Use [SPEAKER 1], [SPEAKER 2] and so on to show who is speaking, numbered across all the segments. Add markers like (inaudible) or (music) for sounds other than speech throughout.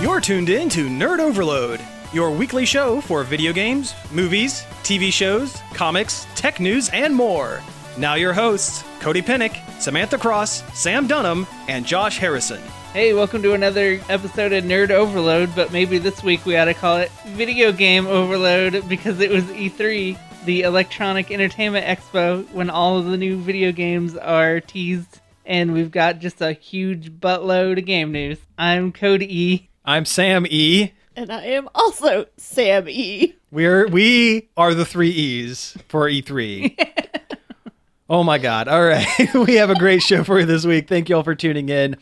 [SPEAKER 1] You're tuned in to Nerd Overload, your weekly show for video games, movies, TV shows, comics, tech news, and more. Now, your hosts, Cody Pennick, Samantha Cross, Sam Dunham, and Josh Harrison.
[SPEAKER 2] Hey, welcome to another episode of Nerd Overload, but maybe this week we ought to call it Video Game Overload because it was E3, the Electronic Entertainment Expo, when all of the new video games are teased, and we've got just a huge buttload of game news. I'm Code E.
[SPEAKER 1] I'm Sam E.
[SPEAKER 3] And I am also Sam E.
[SPEAKER 1] We're we are the three E's for
[SPEAKER 2] (laughs)
[SPEAKER 1] E3. oh my god. All right. (laughs) we have a great show for you this week. Thank you all for tuning in.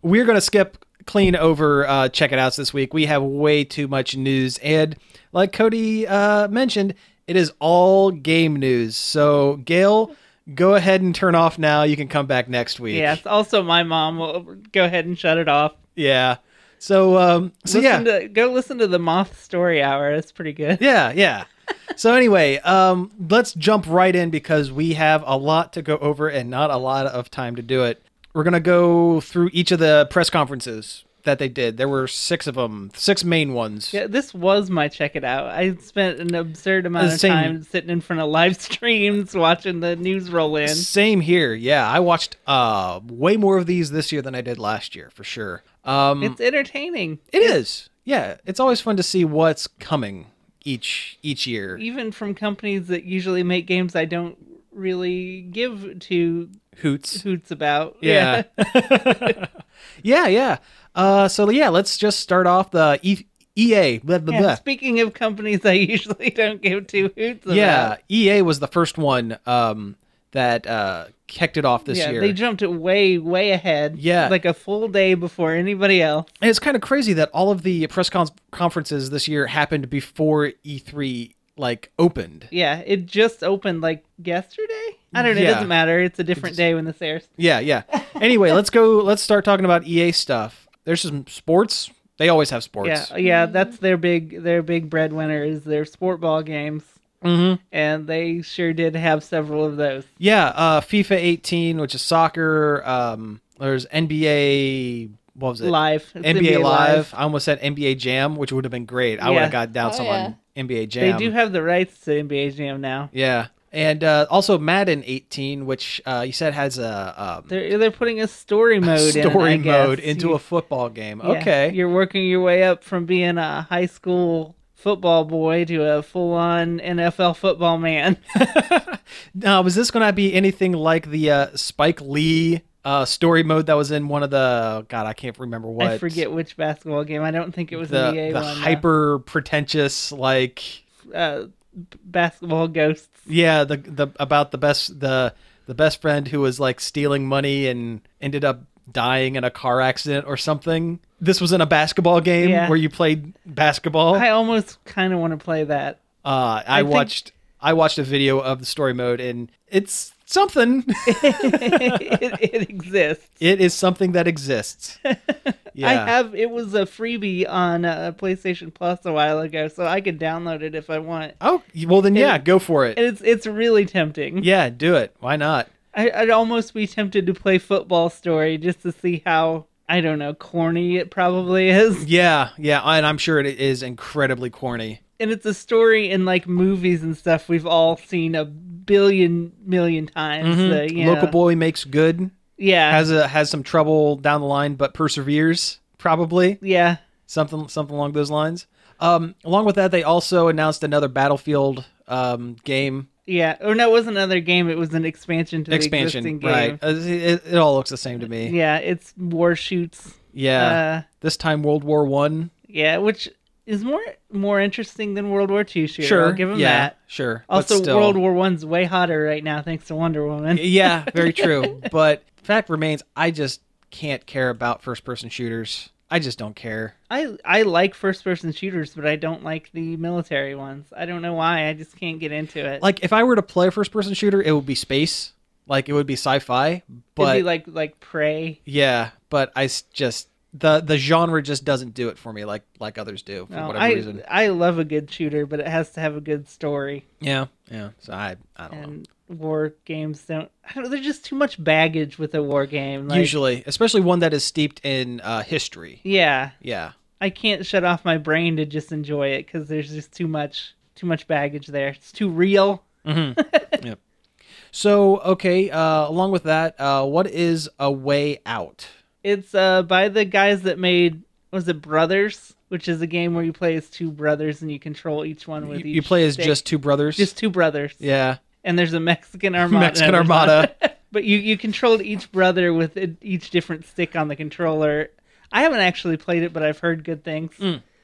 [SPEAKER 1] We're gonna skip clean over uh check it outs this week. We have way too much news and like Cody uh mentioned, it is all game news. So Gail, go ahead and turn off now. You can come back next week.
[SPEAKER 2] Yes, also my mom will go ahead and shut it off.
[SPEAKER 1] Yeah. So um so yeah.
[SPEAKER 2] Listen to, go listen to the Moth Story Hour. That's pretty good.
[SPEAKER 1] Yeah, yeah. so anyway, um, let's jump right in because we have a lot to go over and not a lot of time to do it. We're gonna go through each of the press conferences that they did. There were six of them, six main ones.
[SPEAKER 2] Yeah, this was my check it out. I spent an absurd amount of
[SPEAKER 1] Same.
[SPEAKER 2] time sitting in front of live (laughs) streams watching the news roll in.
[SPEAKER 1] Same here. Yeah, I watched uh way more of these this year than I did last year for sure. Um,
[SPEAKER 2] It's entertaining,
[SPEAKER 1] it is. Yeah, it's always fun to see what's coming each each year.
[SPEAKER 2] even from companies that usually make games I don't really give two
[SPEAKER 1] Hoots.
[SPEAKER 2] hoots about.
[SPEAKER 1] Yeah. (laughs) yeah, yeah. Uh, so yeah, let's just start off the e- EA. Blah, blah,
[SPEAKER 2] Yeah,
[SPEAKER 1] blah.
[SPEAKER 2] Speaking of companies I (laughs) usually don't give two hoots about.
[SPEAKER 1] Yeah, EA was the first one um, that uh, kicked it off this
[SPEAKER 2] Yeah,
[SPEAKER 1] year.
[SPEAKER 2] they jumped it way, way ahead.
[SPEAKER 1] Yeah.
[SPEAKER 2] Like a full day before anybody else.
[SPEAKER 1] and it's kind of crazy that all of the press cons- conferences this year happened before E3 like opened.
[SPEAKER 2] Yeah, it just opened like yesterday. I don't know.
[SPEAKER 1] Yeah.
[SPEAKER 2] It doesn't matter. It's a different day when this airs.
[SPEAKER 1] Yeah,
[SPEAKER 2] (laughs)
[SPEAKER 1] yeah. Anyway, let's go. Let's start talking about EA stuff. There's some sports. They always have sports.
[SPEAKER 2] Yeah, yeah, that's their big their big breadwinner is their sport ball games,
[SPEAKER 1] Mhm.
[SPEAKER 2] and they sure did have several of those.
[SPEAKER 1] Yeah, uh, FIFA 18, which is soccer. Um, there's NBA. What was it?
[SPEAKER 2] Live It's
[SPEAKER 1] NBA, Live. I almost said NBA Jam, which would have been great. I would have
[SPEAKER 2] Yeah.
[SPEAKER 1] got down
[SPEAKER 3] Oh,
[SPEAKER 1] some on NBA
[SPEAKER 2] They
[SPEAKER 1] Jam.
[SPEAKER 2] do have the rights to NBA Jam now.
[SPEAKER 1] Yeah, and uh, also Madden 18, which uh, you said has a um,
[SPEAKER 2] They're they're putting
[SPEAKER 1] (laughs)
[SPEAKER 2] a story mode in,
[SPEAKER 1] story
[SPEAKER 2] I guess.
[SPEAKER 1] mode into
[SPEAKER 2] You-
[SPEAKER 1] a football game.
[SPEAKER 2] yeah,
[SPEAKER 1] okay,
[SPEAKER 2] You're working your way up from being a high school football boy to a full on NFL football man.
[SPEAKER 1] (laughs)
[SPEAKER 2] (laughs)
[SPEAKER 1] now was this going to be anything like the uh, Spike Lee uh, story mode that was in one of the God? I can't remember what.
[SPEAKER 2] I forget which basketball game. I don't think it was
[SPEAKER 1] the
[SPEAKER 2] an EA
[SPEAKER 1] the
[SPEAKER 2] one. uh,
[SPEAKER 1] hyper pretentious like
[SPEAKER 2] uh, b- basketball ghosts.
[SPEAKER 1] yeah the the about the best the the best friend who was like stealing money and ended up dying in a car accident or something. This was in a basketball game
[SPEAKER 2] Yeah.
[SPEAKER 1] where you played basketball.
[SPEAKER 2] I almost kind of want to play that.
[SPEAKER 1] Uh, I,
[SPEAKER 2] think-
[SPEAKER 1] watched I watched a video of the story mode, and it's something. (laughs)
[SPEAKER 2] (laughs) it, it exists.
[SPEAKER 1] it is something that exists. Yeah,
[SPEAKER 2] (laughs) I have. It was a freebie on uh, PlayStation Plus a while ago, so I could download it if I want.
[SPEAKER 1] Oh well, then yeah, go for it.
[SPEAKER 2] And it's it's really tempting.
[SPEAKER 1] yeah, do it. Why not?
[SPEAKER 2] I, I'd almost be tempted to play Football Story just to see how I don't know corny it probably is.
[SPEAKER 1] Yeah, yeah, and I'm sure it is incredibly corny.
[SPEAKER 2] And it's a story in like movies and stuff we've all seen a billion million times. So, yeah.
[SPEAKER 1] Mm-hmm. Local boy makes good.
[SPEAKER 2] yeah,
[SPEAKER 1] Has a has some trouble down the line, but perseveres. Probably
[SPEAKER 2] yeah.
[SPEAKER 1] something something along those lines. Um, along with that, they also announced another Battlefield um, game
[SPEAKER 2] Yeah, or no, it was another game. It was an expansion to
[SPEAKER 1] expansion.
[SPEAKER 2] the existing game.
[SPEAKER 1] Right, Uh, it, it all looks the same to me.
[SPEAKER 2] Yeah, it's war shoots.
[SPEAKER 1] Yeah.
[SPEAKER 2] Uh,
[SPEAKER 1] this time World War One.
[SPEAKER 2] yeah, which is more more interesting than World War II. Sure, I'll give him
[SPEAKER 1] yeah.
[SPEAKER 2] that.
[SPEAKER 1] Sure. but
[SPEAKER 2] Also,
[SPEAKER 1] still.
[SPEAKER 2] World War One's way hotter right now thanks to Wonder Woman.
[SPEAKER 1] (laughs) yeah, very
[SPEAKER 2] (laughs)
[SPEAKER 1] true. but fact remains, I just can't care about first person shooters. I just don't care.
[SPEAKER 2] I I like first person shooters, but I don't like the military ones. I don't know why. I just can't get into it.
[SPEAKER 1] Like if I were to play a first person shooter, it would be space. Like it would be sci fi. But
[SPEAKER 2] It'd be like like Prey.
[SPEAKER 1] yeah, but I s- just the the genre just doesn't do it for me like like others do for
[SPEAKER 2] No,
[SPEAKER 1] whatever
[SPEAKER 2] I
[SPEAKER 1] reason.
[SPEAKER 2] I love a good shooter, but it has to have a good story.
[SPEAKER 1] Yeah. Yeah. So I I don't know.
[SPEAKER 2] and war games don't. I don't. There's just too much baggage with a war game. Like,
[SPEAKER 1] Usually, especially one that is steeped in uh, history.
[SPEAKER 2] yeah.
[SPEAKER 1] Yeah.
[SPEAKER 2] I can't shut off my brain to just enjoy it because there's just too much too much baggage there. It's too real.
[SPEAKER 1] Mm-hmm.
[SPEAKER 2] (laughs)
[SPEAKER 1] So, okay, uh, along with that, uh, what is a way out?
[SPEAKER 2] It's uh by the guys that made was it Brothers, which is a game where you play as two brothers and you control each one
[SPEAKER 1] You,
[SPEAKER 2] with
[SPEAKER 1] you
[SPEAKER 2] each
[SPEAKER 1] play as
[SPEAKER 2] stick.
[SPEAKER 1] just two brothers.
[SPEAKER 2] just two brothers.
[SPEAKER 1] yeah,
[SPEAKER 2] And there's a Mexican armada.
[SPEAKER 1] (laughs) Mexican
[SPEAKER 2] and there's
[SPEAKER 1] armada.
[SPEAKER 2] not- (laughs) but you you controlled each brother with e- each different stick on the controller. I haven't actually played it, but I've heard good things.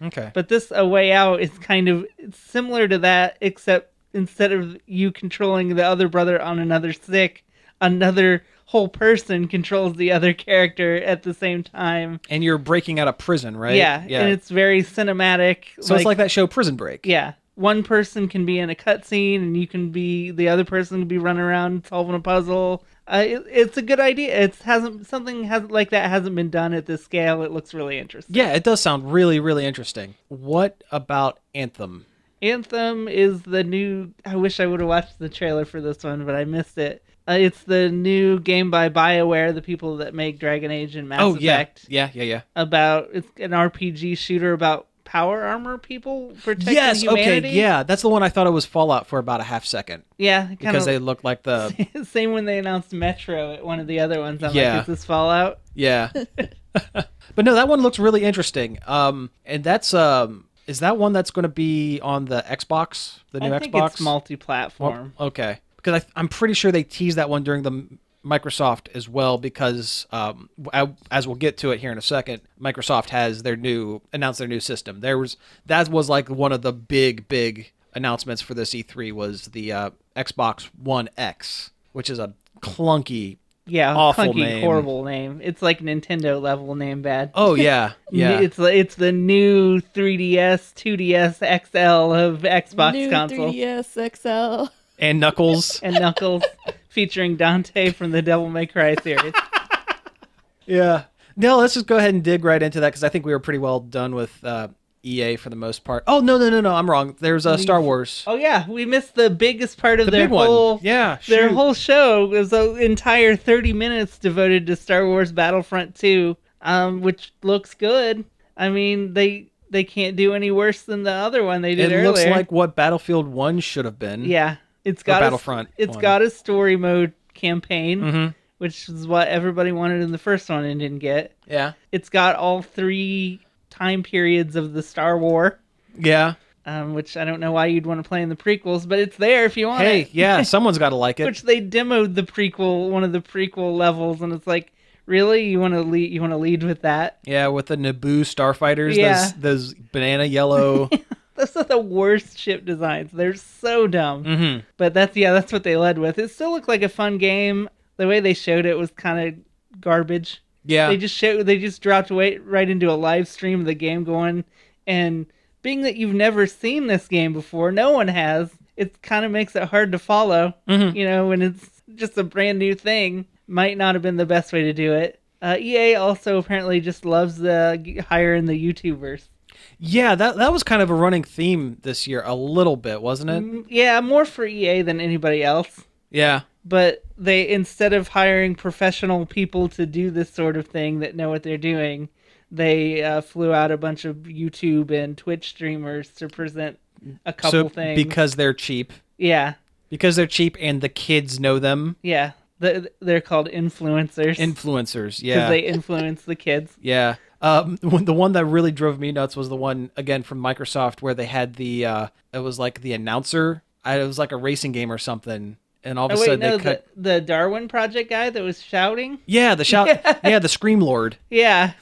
[SPEAKER 1] okay.
[SPEAKER 2] But this A Way Out is kind of it's similar to that, except instead of you controlling the other brother on another stick, another whole person controls the other character at the same time.
[SPEAKER 1] And you're breaking out of prison, right?
[SPEAKER 2] Yeah,
[SPEAKER 1] yeah.
[SPEAKER 2] and it's very cinematic.
[SPEAKER 1] so it's like that show, Prison Break.
[SPEAKER 2] yeah, one person can be in a cutscene, and you can be the other person can be running around solving a puzzle. Uh, it, it's a good idea. It hasn't something has like that hasn't been done at this scale. It looks really interesting.
[SPEAKER 1] Yeah, it does sound really, really interesting. What about Anthem?
[SPEAKER 2] Anthem is the new. I wish I would have watched the trailer for this one, but I missed it. Uh, it's the new game by BioWare, the people that make Dragon Age and Mass
[SPEAKER 1] oh, yeah.
[SPEAKER 2] Effect.
[SPEAKER 1] Yeah, yeah, yeah.
[SPEAKER 2] About it's an RPG shooter about power armor people protecting
[SPEAKER 1] yes,
[SPEAKER 2] humanity.
[SPEAKER 1] okay, yeah. That's the one I thought it was Fallout for about a half second
[SPEAKER 2] yeah, kind
[SPEAKER 1] because
[SPEAKER 2] of. (laughs)
[SPEAKER 1] they looked like the.
[SPEAKER 2] Same when they announced Metro at one of the other ones. I'm
[SPEAKER 1] Yeah.
[SPEAKER 2] like, is this Fallout? (laughs)
[SPEAKER 1] Yeah. but no, that one looks really interesting. Um, and that's um, is that one that's going to be on the Xbox, the new
[SPEAKER 2] I think
[SPEAKER 1] Xbox?
[SPEAKER 2] it's multi-platform.
[SPEAKER 1] Well, okay, because I, I'm pretty sure they teased that one during the M- Microsoft as well. Because um, w- I- as we'll get to it here in a second, Microsoft has their new announced their new system. There was that was like one of the big big announcements for this E3 was the uh, Xbox One X, which is a clunky.
[SPEAKER 2] yeah,
[SPEAKER 1] awful
[SPEAKER 2] clunky,
[SPEAKER 1] name.
[SPEAKER 2] horrible name. It's like Nintendo level name bad.
[SPEAKER 1] (laughs) Oh yeah, yeah.
[SPEAKER 2] It's it's the new 3DS, 2DS, XL of Xbox
[SPEAKER 3] New
[SPEAKER 2] console
[SPEAKER 3] 3DS XL.
[SPEAKER 1] and Knuckles.
[SPEAKER 2] (laughs) and Knuckles, featuring Dante from the Devil May Cry series.
[SPEAKER 1] Yeah. No, let's just go ahead and dig right into that because I think we were pretty well done with uh, EA for the most part. Oh no, no, no, no! I'm wrong. There's uh, Star Wars.
[SPEAKER 2] Oh yeah, we missed the biggest part of
[SPEAKER 1] the
[SPEAKER 2] their
[SPEAKER 1] big one.
[SPEAKER 2] whole
[SPEAKER 1] yeah,
[SPEAKER 2] their
[SPEAKER 1] shoot.
[SPEAKER 2] whole show was an entire 30 minutes devoted to Star Wars Battlefront 2, um, which looks good. I mean, they they can't do any worse than the other one they
[SPEAKER 1] It
[SPEAKER 2] did earlier.
[SPEAKER 1] looks like what Battlefield One should have been.
[SPEAKER 2] yeah, it's got
[SPEAKER 1] Battlefront
[SPEAKER 2] A, it's
[SPEAKER 1] one.
[SPEAKER 2] got a story mode campaign,
[SPEAKER 1] Mhm.
[SPEAKER 2] which is what everybody wanted in the first one and didn't get.
[SPEAKER 1] Yeah.
[SPEAKER 2] It's got all three time periods of the Star War,
[SPEAKER 1] Yeah.
[SPEAKER 2] um, which I don't know why you'd want to play in the prequels, but it's there if you want
[SPEAKER 1] Hey,
[SPEAKER 2] (laughs) it.
[SPEAKER 1] yeah. Someone's got to like it.
[SPEAKER 2] Which they demoed the prequel, one of the prequel levels, and it's like, really, you want to lead? You want to lead with that?
[SPEAKER 1] yeah, with the Naboo starfighters,
[SPEAKER 2] Yeah.
[SPEAKER 1] those those banana
[SPEAKER 2] (laughs)
[SPEAKER 1] yellow.
[SPEAKER 2] Those are the worst ship designs. They're so dumb.
[SPEAKER 1] hmm
[SPEAKER 2] But that's yeah, that's what they led with. It still looked like a fun game. The way they showed it was kind of garbage.
[SPEAKER 1] Yeah.
[SPEAKER 2] They just show they just dropped right right into a live stream of the game going and being that you've never seen this game before, no one has. It kind of makes it hard to follow,
[SPEAKER 1] Mhm.
[SPEAKER 2] you know, when it's just a brand new thing. Might not have been the best way to do it. Uh, EA also apparently just loves the g- hiring the YouTubers.
[SPEAKER 1] yeah. That that was kind of a running theme this year, a little bit, wasn't it?
[SPEAKER 2] Mm, Yeah, more for EA than anybody else.
[SPEAKER 1] Yeah.
[SPEAKER 2] But they instead of hiring professional people to do this sort of thing that know what they're doing, they uh, flew out a bunch of YouTube and Twitch streamers to present a couple
[SPEAKER 1] so
[SPEAKER 2] things.
[SPEAKER 1] because they're cheap,
[SPEAKER 2] yeah,
[SPEAKER 1] because they're cheap, and the kids know them.
[SPEAKER 2] yeah, The- they're called influencers because
[SPEAKER 1] influencers yeah
[SPEAKER 2] they influence the kids.
[SPEAKER 1] yeah um (laughs) when- the one that really drove me nuts was the one again from microsoft where they had the uh it was like the announcer I, it was like a racing game or something and all of a
[SPEAKER 2] Oh wait,
[SPEAKER 1] sudden
[SPEAKER 2] no,
[SPEAKER 1] they cut
[SPEAKER 2] the, the Darwin Project guy that was shouting.
[SPEAKER 1] yeah the
[SPEAKER 2] (laughs)
[SPEAKER 1] shout yeah. the scream lord (laughs)
[SPEAKER 2] Yeah,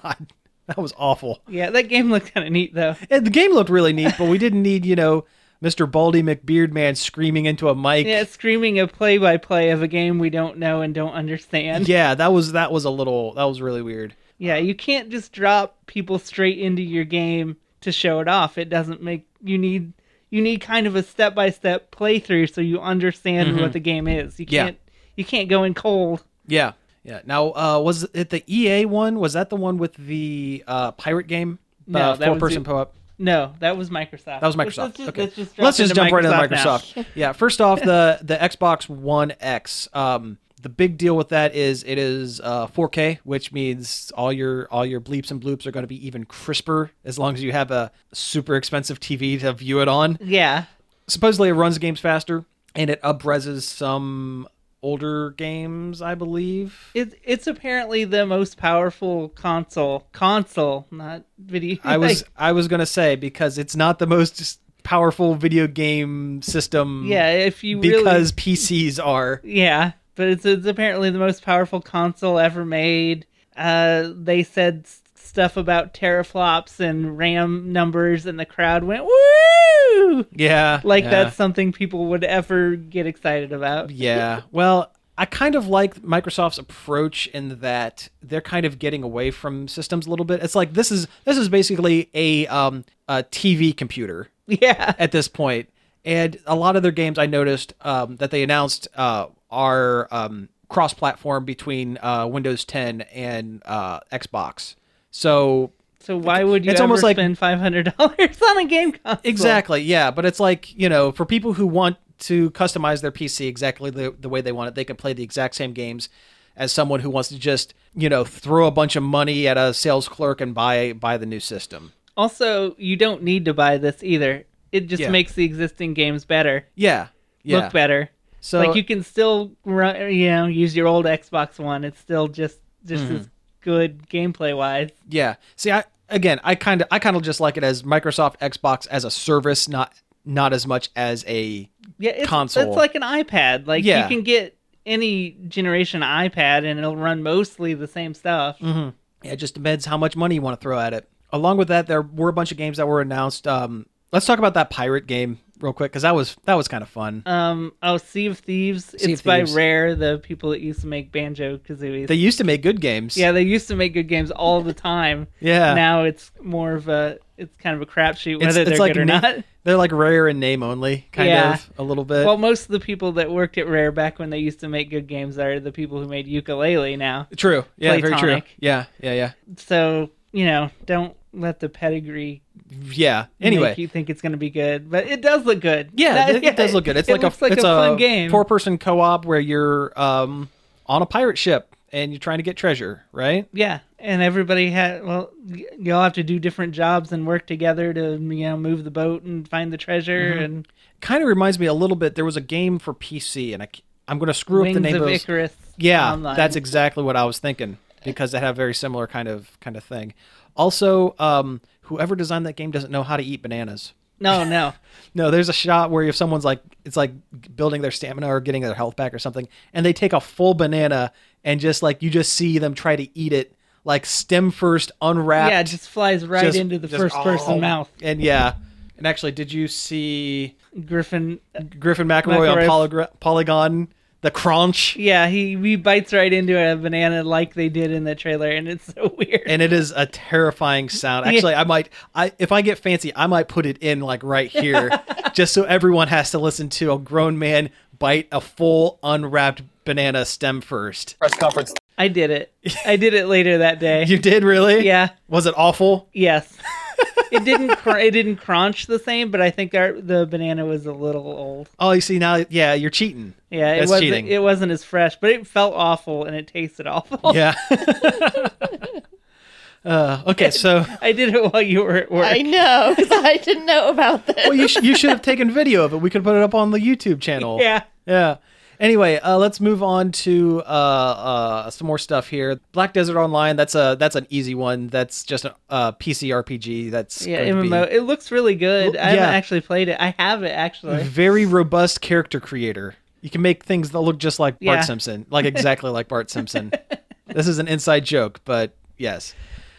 [SPEAKER 1] god that was awful
[SPEAKER 2] yeah, that game looked kind of neat though.
[SPEAKER 1] and the game looked really neat but we didn't need you know mr baldy mcbeard man screaming into a mic
[SPEAKER 2] Yeah, screaming a play-by-play of a game we don't know and don't understand.
[SPEAKER 1] yeah that was that was a little that was really weird
[SPEAKER 2] Yeah, you can't just drop people straight into your game to show it off. It doesn't make you need you need kind of a step by step playthrough so you understand what the game is. You
[SPEAKER 1] Mm-hmm. Yeah.
[SPEAKER 2] can't you can't go in cold.
[SPEAKER 1] yeah yeah now uh was it the ea one was that the one with the uh pirate game
[SPEAKER 2] No,
[SPEAKER 1] uh,
[SPEAKER 2] that was
[SPEAKER 1] four person
[SPEAKER 2] the-
[SPEAKER 1] co-op
[SPEAKER 2] No, that was Microsoft.
[SPEAKER 1] That was
[SPEAKER 2] Let's-
[SPEAKER 1] Microsoft.
[SPEAKER 2] Let's just,
[SPEAKER 1] okay,
[SPEAKER 2] let's just, drop
[SPEAKER 1] let's just
[SPEAKER 2] into (laughs)
[SPEAKER 1] jump right into
[SPEAKER 2] now.
[SPEAKER 1] Microsoft. yeah, first off, the the Xbox One X. Um, The big deal with that is it is uh, 4K, which means all your all your bleeps and bloops are going to be even crisper as long as you have a super expensive TV to view it on.
[SPEAKER 2] Yeah.
[SPEAKER 1] Supposedly it runs games faster and it upreses some older games, I believe.
[SPEAKER 2] It, it's apparently the most powerful console. Console, not video.
[SPEAKER 1] I
[SPEAKER 2] (laughs)
[SPEAKER 1] was I was going to say because it's not the most powerful video game system
[SPEAKER 2] yeah, if you really-
[SPEAKER 1] because PCs are.
[SPEAKER 2] Yeah, but it's, it's apparently the most powerful console ever made. Uh, they said s- stuff about teraflops and RAM numbers, and the crowd went woo!
[SPEAKER 1] Yeah.
[SPEAKER 2] Like
[SPEAKER 1] yeah.
[SPEAKER 2] that's something people would ever get excited about. (laughs)
[SPEAKER 1] Yeah. Well, I kind of like Microsoft's approach in that they're kind of getting away from systems a little bit. It's like this is this is basically a um a TV computer
[SPEAKER 2] Yeah,
[SPEAKER 1] at this point. And a lot of their games I noticed um, that they announced uh, are um, cross platform between uh, Windows 10 and uh, Xbox. So
[SPEAKER 2] So why would you
[SPEAKER 1] It's
[SPEAKER 2] ever
[SPEAKER 1] almost like-
[SPEAKER 2] spend five hundred dollars (laughs) on a game console?
[SPEAKER 1] Exactly. Yeah, but it's like you know, for people who want to customize their PC exactly the, the way they want it, they can play the exact same games as someone who wants to just you know throw a bunch of money at a sales clerk and buy buy the new system.
[SPEAKER 2] Also, you don't need to buy this either. It just
[SPEAKER 1] Yeah.
[SPEAKER 2] makes the existing games better,
[SPEAKER 1] Yeah. Yeah.
[SPEAKER 2] look better.
[SPEAKER 1] So
[SPEAKER 2] like you can still run, you know, use your old Xbox One. It's still just just
[SPEAKER 1] Mm-hmm.
[SPEAKER 2] as good gameplay wise.
[SPEAKER 1] yeah. See, I again, I kind of I kind of just like it as Microsoft Xbox as a service, not not as much as a
[SPEAKER 2] Yeah, it's,
[SPEAKER 1] Console.
[SPEAKER 2] It's like an iPad. Like
[SPEAKER 1] Yeah.
[SPEAKER 2] you can get any generation iPad, and it'll run mostly the same stuff.
[SPEAKER 1] Mm. Yeah, it just depends how much money you want to throw at it. Along with that, there were a bunch of games that were announced. Um, let's talk about that pirate game real quick because that was that was kind of fun.
[SPEAKER 2] Um, oh, Sea of Thieves.
[SPEAKER 1] Sea
[SPEAKER 2] it's
[SPEAKER 1] of
[SPEAKER 2] by
[SPEAKER 1] Thieves.
[SPEAKER 2] Rare, the people that used to make Banjo Kazooie.
[SPEAKER 1] They used to make good games.
[SPEAKER 2] Yeah, they used to make good games all
[SPEAKER 1] (laughs)
[SPEAKER 2] the time.
[SPEAKER 1] Yeah.
[SPEAKER 2] Now it's more of a, it's kind of a crapshoot whether they're good or
[SPEAKER 1] na-
[SPEAKER 2] not.
[SPEAKER 1] They're like rare in name only, kind
[SPEAKER 2] Yeah.
[SPEAKER 1] of a little bit.
[SPEAKER 2] Well, most of the people that worked at Rare back when they used to make good games are the people who made ukulele now.
[SPEAKER 1] true. Yeah, very true.
[SPEAKER 2] Platonic.
[SPEAKER 1] Yeah, yeah, yeah.
[SPEAKER 2] So, you know, don't let the pedigree
[SPEAKER 1] Yeah. Anyway.
[SPEAKER 2] make you think it's going to be good. But it does look good.
[SPEAKER 1] yeah,
[SPEAKER 2] That-
[SPEAKER 1] it, it does look good. It's
[SPEAKER 2] it
[SPEAKER 1] like a
[SPEAKER 2] looks like
[SPEAKER 1] it's
[SPEAKER 2] a fun game.
[SPEAKER 1] Four person co op where you're um on a pirate ship and you're trying to get treasure, right?
[SPEAKER 2] Yeah, and everybody had well, y- y'all have to do different jobs and work together to you know move the boat and find the treasure
[SPEAKER 1] Mm-hmm.
[SPEAKER 2] and
[SPEAKER 1] Kind of reminds me a little bit. There was a game for PC, and I c- I'm going to screw
[SPEAKER 2] Wings
[SPEAKER 1] up the name
[SPEAKER 2] of
[SPEAKER 1] of this-
[SPEAKER 2] Icarus.
[SPEAKER 1] Yeah,
[SPEAKER 2] online.
[SPEAKER 1] that's exactly what I was thinking because they have very similar kind of kind of thing. Also, um, whoever designed that game doesn't know how to eat bananas.
[SPEAKER 2] no, no.
[SPEAKER 1] No, there's a shot where if someone's like, it's like building their stamina or getting their health back or something, and they take a full banana and just like you just see them try to eat it like stem first, unwrapped.
[SPEAKER 2] Yeah, it just flies right
[SPEAKER 1] just-
[SPEAKER 2] into the
[SPEAKER 1] just-
[SPEAKER 2] first person
[SPEAKER 1] oh.
[SPEAKER 2] mouth.
[SPEAKER 1] and yeah. And actually, did you see
[SPEAKER 2] Griffin.
[SPEAKER 1] Griffin McElroy on
[SPEAKER 2] McElroy.
[SPEAKER 1] Polygra- Polygon, the crunch?
[SPEAKER 2] Yeah, he he bites right into a banana like they did in the trailer, and it's so weird.
[SPEAKER 1] and it is a terrifying sound. Actually, I might, I if I get fancy, I might put it in like right
[SPEAKER 2] (laughs)
[SPEAKER 1] here, just so everyone has to listen to a grown man bite a full unwrapped banana stem first.
[SPEAKER 4] press conference
[SPEAKER 2] I did it. I did it later that day.
[SPEAKER 1] You did really?
[SPEAKER 2] Yeah.
[SPEAKER 1] Was it awful?
[SPEAKER 2] Yes. it didn't. Cr- it didn't crunch the same, but I think our, the banana was a little old.
[SPEAKER 1] Oh, you see now, yeah, you're cheating.
[SPEAKER 2] Yeah, it
[SPEAKER 1] That's
[SPEAKER 2] wasn't.
[SPEAKER 1] cheating.
[SPEAKER 2] It wasn't as fresh, but it felt awful and it tasted awful.
[SPEAKER 1] Yeah. (laughs) uh, okay, so
[SPEAKER 2] (laughs) I did it while you were at work.
[SPEAKER 3] (laughs) I know, 'cause I didn't know (laughs) about this.
[SPEAKER 1] well, you sh- you should have taken video of it. We could put it up on the YouTube channel.
[SPEAKER 2] Yeah.
[SPEAKER 1] Yeah. Anyway, uh, let's move on to uh, uh, some more stuff here. Black Desert Online. That's a that's an easy one. That's just a uh, PC RPG. That's
[SPEAKER 2] Yeah,
[SPEAKER 1] going to be
[SPEAKER 2] MMO. It looks really good. I haven't
[SPEAKER 1] yeah.
[SPEAKER 2] actually played it. I have
[SPEAKER 1] (laughs)
[SPEAKER 2] it actually.
[SPEAKER 1] very robust character creator. You can make things that look just like
[SPEAKER 2] Yeah.
[SPEAKER 1] Bart Simpson, like exactly like Bart
[SPEAKER 2] (laughs)
[SPEAKER 1] Simpson. This is an inside joke, but yes.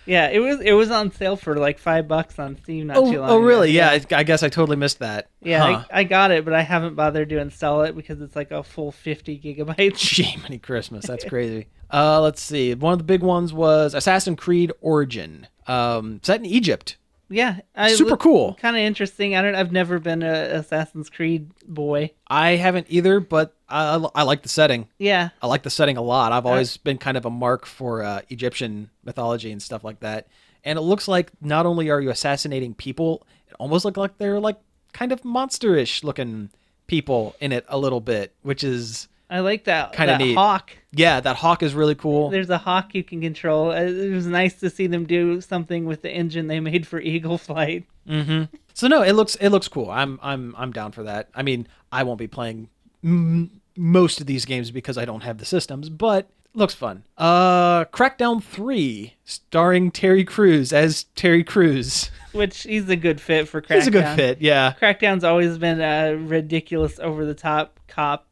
[SPEAKER 2] Yeah, it was it was on sale for like five bucks on Steam not
[SPEAKER 1] Oh,
[SPEAKER 2] too long.
[SPEAKER 1] oh
[SPEAKER 2] ago.
[SPEAKER 1] really? Yeah, I, I guess I totally missed that.
[SPEAKER 2] Yeah,
[SPEAKER 1] (laughs) Huh.
[SPEAKER 2] I, I got it, but I haven't bothered to install it because it's like a full fifty gigabytes.
[SPEAKER 1] Jiminy Christmas. That's crazy. Uh, let's see. One of the big ones was Assassin's Creed Origin, um, set in Egypt.
[SPEAKER 2] (laughs) Yeah, I
[SPEAKER 1] Super cool.
[SPEAKER 2] Kind of interesting. I don't. I've never been a Assassin's Creed boy.
[SPEAKER 1] I haven't either, but I, I like the setting.
[SPEAKER 2] Yeah,
[SPEAKER 1] I like the setting a lot. I've always been kind of a mark for uh, Egyptian mythology and stuff like that. And it looks like not only are you assassinating people, it almost look like they're like kind of monsterish looking people in it a little bit, which is
[SPEAKER 2] I like that.
[SPEAKER 1] Kinda
[SPEAKER 2] that
[SPEAKER 1] neat.
[SPEAKER 2] Hawk.
[SPEAKER 1] Yeah, that hawk is really cool.
[SPEAKER 2] There's a hawk you can control. Uh, It was nice to see them do something with the engine they made for (laughs) Eagle Flight.
[SPEAKER 1] So no, it looks it looks cool. I'm I'm I'm down for that. I mean, I won't be playing m- most of these games because I don't have the systems, but it looks fun. Uh, Crackdown Three, starring Terry Crews as Terry Crews. (laughs)
[SPEAKER 2] Which he's a good fit for Crackdown.
[SPEAKER 1] It's a good fit. Yeah,
[SPEAKER 2] Crackdown's always been a ridiculous, over the top cop.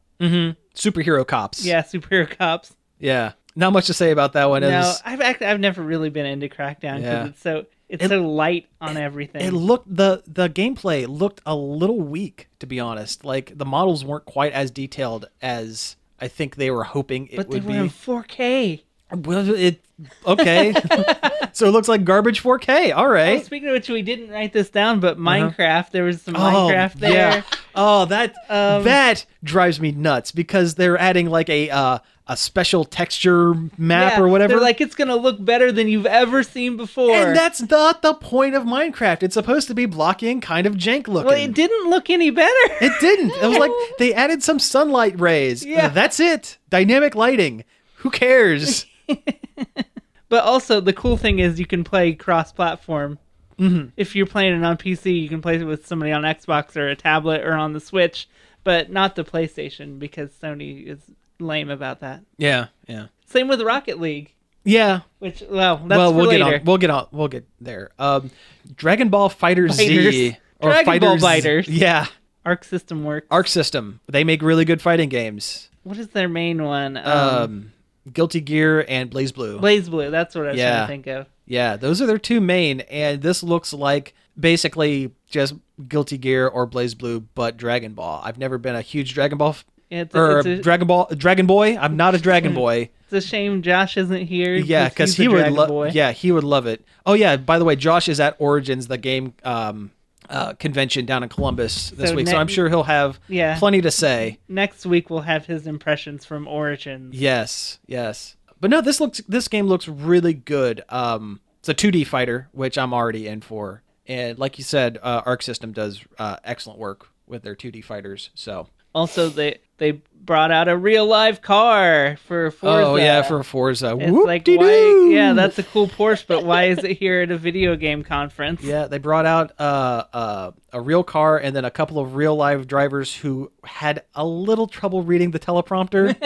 [SPEAKER 1] superhero cops.
[SPEAKER 2] Mm-hmm. Yeah, (laughs) superhero cops.
[SPEAKER 1] yeah. Not much to say about that one. It
[SPEAKER 2] No,
[SPEAKER 1] was-
[SPEAKER 2] I've act- I've never really been into Crackdown because
[SPEAKER 1] Yeah.
[SPEAKER 2] it's so it's
[SPEAKER 1] It-
[SPEAKER 2] so light on everything.
[SPEAKER 1] it looked the the gameplay looked a little weak to be honest. Like the models weren't quite as detailed as I think they were hoping it
[SPEAKER 2] but they
[SPEAKER 1] would
[SPEAKER 2] were
[SPEAKER 1] be.
[SPEAKER 2] in 4K.
[SPEAKER 1] Well, it
[SPEAKER 2] (laughs)
[SPEAKER 1] okay. so it looks like garbage 4K. All
[SPEAKER 2] Oh,
[SPEAKER 1] right.
[SPEAKER 2] speaking of which, we didn't write this down, but Minecraft. There was some Minecraft there.
[SPEAKER 1] Uh-huh. Oh, yeah. Oh, that
[SPEAKER 2] Um,
[SPEAKER 1] that drives me nuts because they're adding like a uh, a special texture map
[SPEAKER 2] Yeah,
[SPEAKER 1] or whatever.
[SPEAKER 2] They're like, it's gonna look better than you've ever seen before.
[SPEAKER 1] and that's not the point of Minecraft. It's supposed to be blocky and kind of jank looking.
[SPEAKER 2] well, it didn't look any better. (laughs)
[SPEAKER 1] It didn't. It was like they added some sunlight rays.
[SPEAKER 2] Yeah.
[SPEAKER 1] That's it. Dynamic lighting. Who
[SPEAKER 2] (laughs)
[SPEAKER 1] cares?
[SPEAKER 2] But also, the cool thing is you can play cross-platform. Mm-hmm. If you're playing it on PC, you can play it with somebody on Xbox or a tablet or on the Switch, but not the PlayStation because Sony is lame about that.
[SPEAKER 1] yeah. Yeah.
[SPEAKER 2] Same with Rocket League,
[SPEAKER 1] Yeah.
[SPEAKER 2] which well, that's
[SPEAKER 1] well,
[SPEAKER 2] for
[SPEAKER 1] we'll
[SPEAKER 2] later.
[SPEAKER 1] get on. We'll get on. We'll get there. Um, Dragon Ball Fighter
[SPEAKER 2] Fighters.
[SPEAKER 1] Z or
[SPEAKER 2] Dragon Ball
[SPEAKER 1] Fighters-
[SPEAKER 2] Fighters.
[SPEAKER 1] Yeah,
[SPEAKER 2] Arc System Works.
[SPEAKER 1] Arc System. They make really good fighting games.
[SPEAKER 2] What is their main one? Um,
[SPEAKER 1] Um, Guilty Gear and Blaze Blue.
[SPEAKER 2] Blaze Blue. That's what I was
[SPEAKER 1] Yeah.
[SPEAKER 2] trying to think of.
[SPEAKER 1] yeah, those are their two main. And this looks like basically just Guilty Gear or Blaze Blue, but Dragon Ball. I've never been a huge Dragon Ball f-
[SPEAKER 2] It's,
[SPEAKER 1] or
[SPEAKER 2] it's, a,
[SPEAKER 1] Dragon Ball Dragon Boy. I'm not a
[SPEAKER 2] (laughs)
[SPEAKER 1] Dragon Boy.
[SPEAKER 2] it's a shame Josh isn't here.
[SPEAKER 1] Yeah, because
[SPEAKER 2] he's a
[SPEAKER 1] he would
[SPEAKER 2] Dragon Boy.
[SPEAKER 1] love. Yeah, he would love it. Oh yeah. By the way, Josh is at Origins, the game um, uh, convention down in Columbus this
[SPEAKER 2] So
[SPEAKER 1] week, so
[SPEAKER 2] ne-
[SPEAKER 1] I'm sure he'll have
[SPEAKER 2] Yeah.
[SPEAKER 1] plenty to say.
[SPEAKER 2] Next week we'll have his impressions from Origins.
[SPEAKER 1] Yes, yes. But no, this looks this game looks really good. Um, it's a 2D fighter, which I'm already in for, and like you said, uh, Arc System does uh, excellent work with their 2D fighters. So.
[SPEAKER 2] Also, they they brought out a real live car for Forza.
[SPEAKER 1] Oh yeah, for Forza.
[SPEAKER 2] it's like why?
[SPEAKER 1] Whoop-de-doo.
[SPEAKER 2] Yeah, that's a cool Porsche, but why is it here at a video game
[SPEAKER 1] (laughs)
[SPEAKER 2] conference?
[SPEAKER 1] Yeah, they brought out uh, uh, a real car and then a couple of real live drivers who had a little trouble reading the
[SPEAKER 2] (laughs)
[SPEAKER 1] teleprompter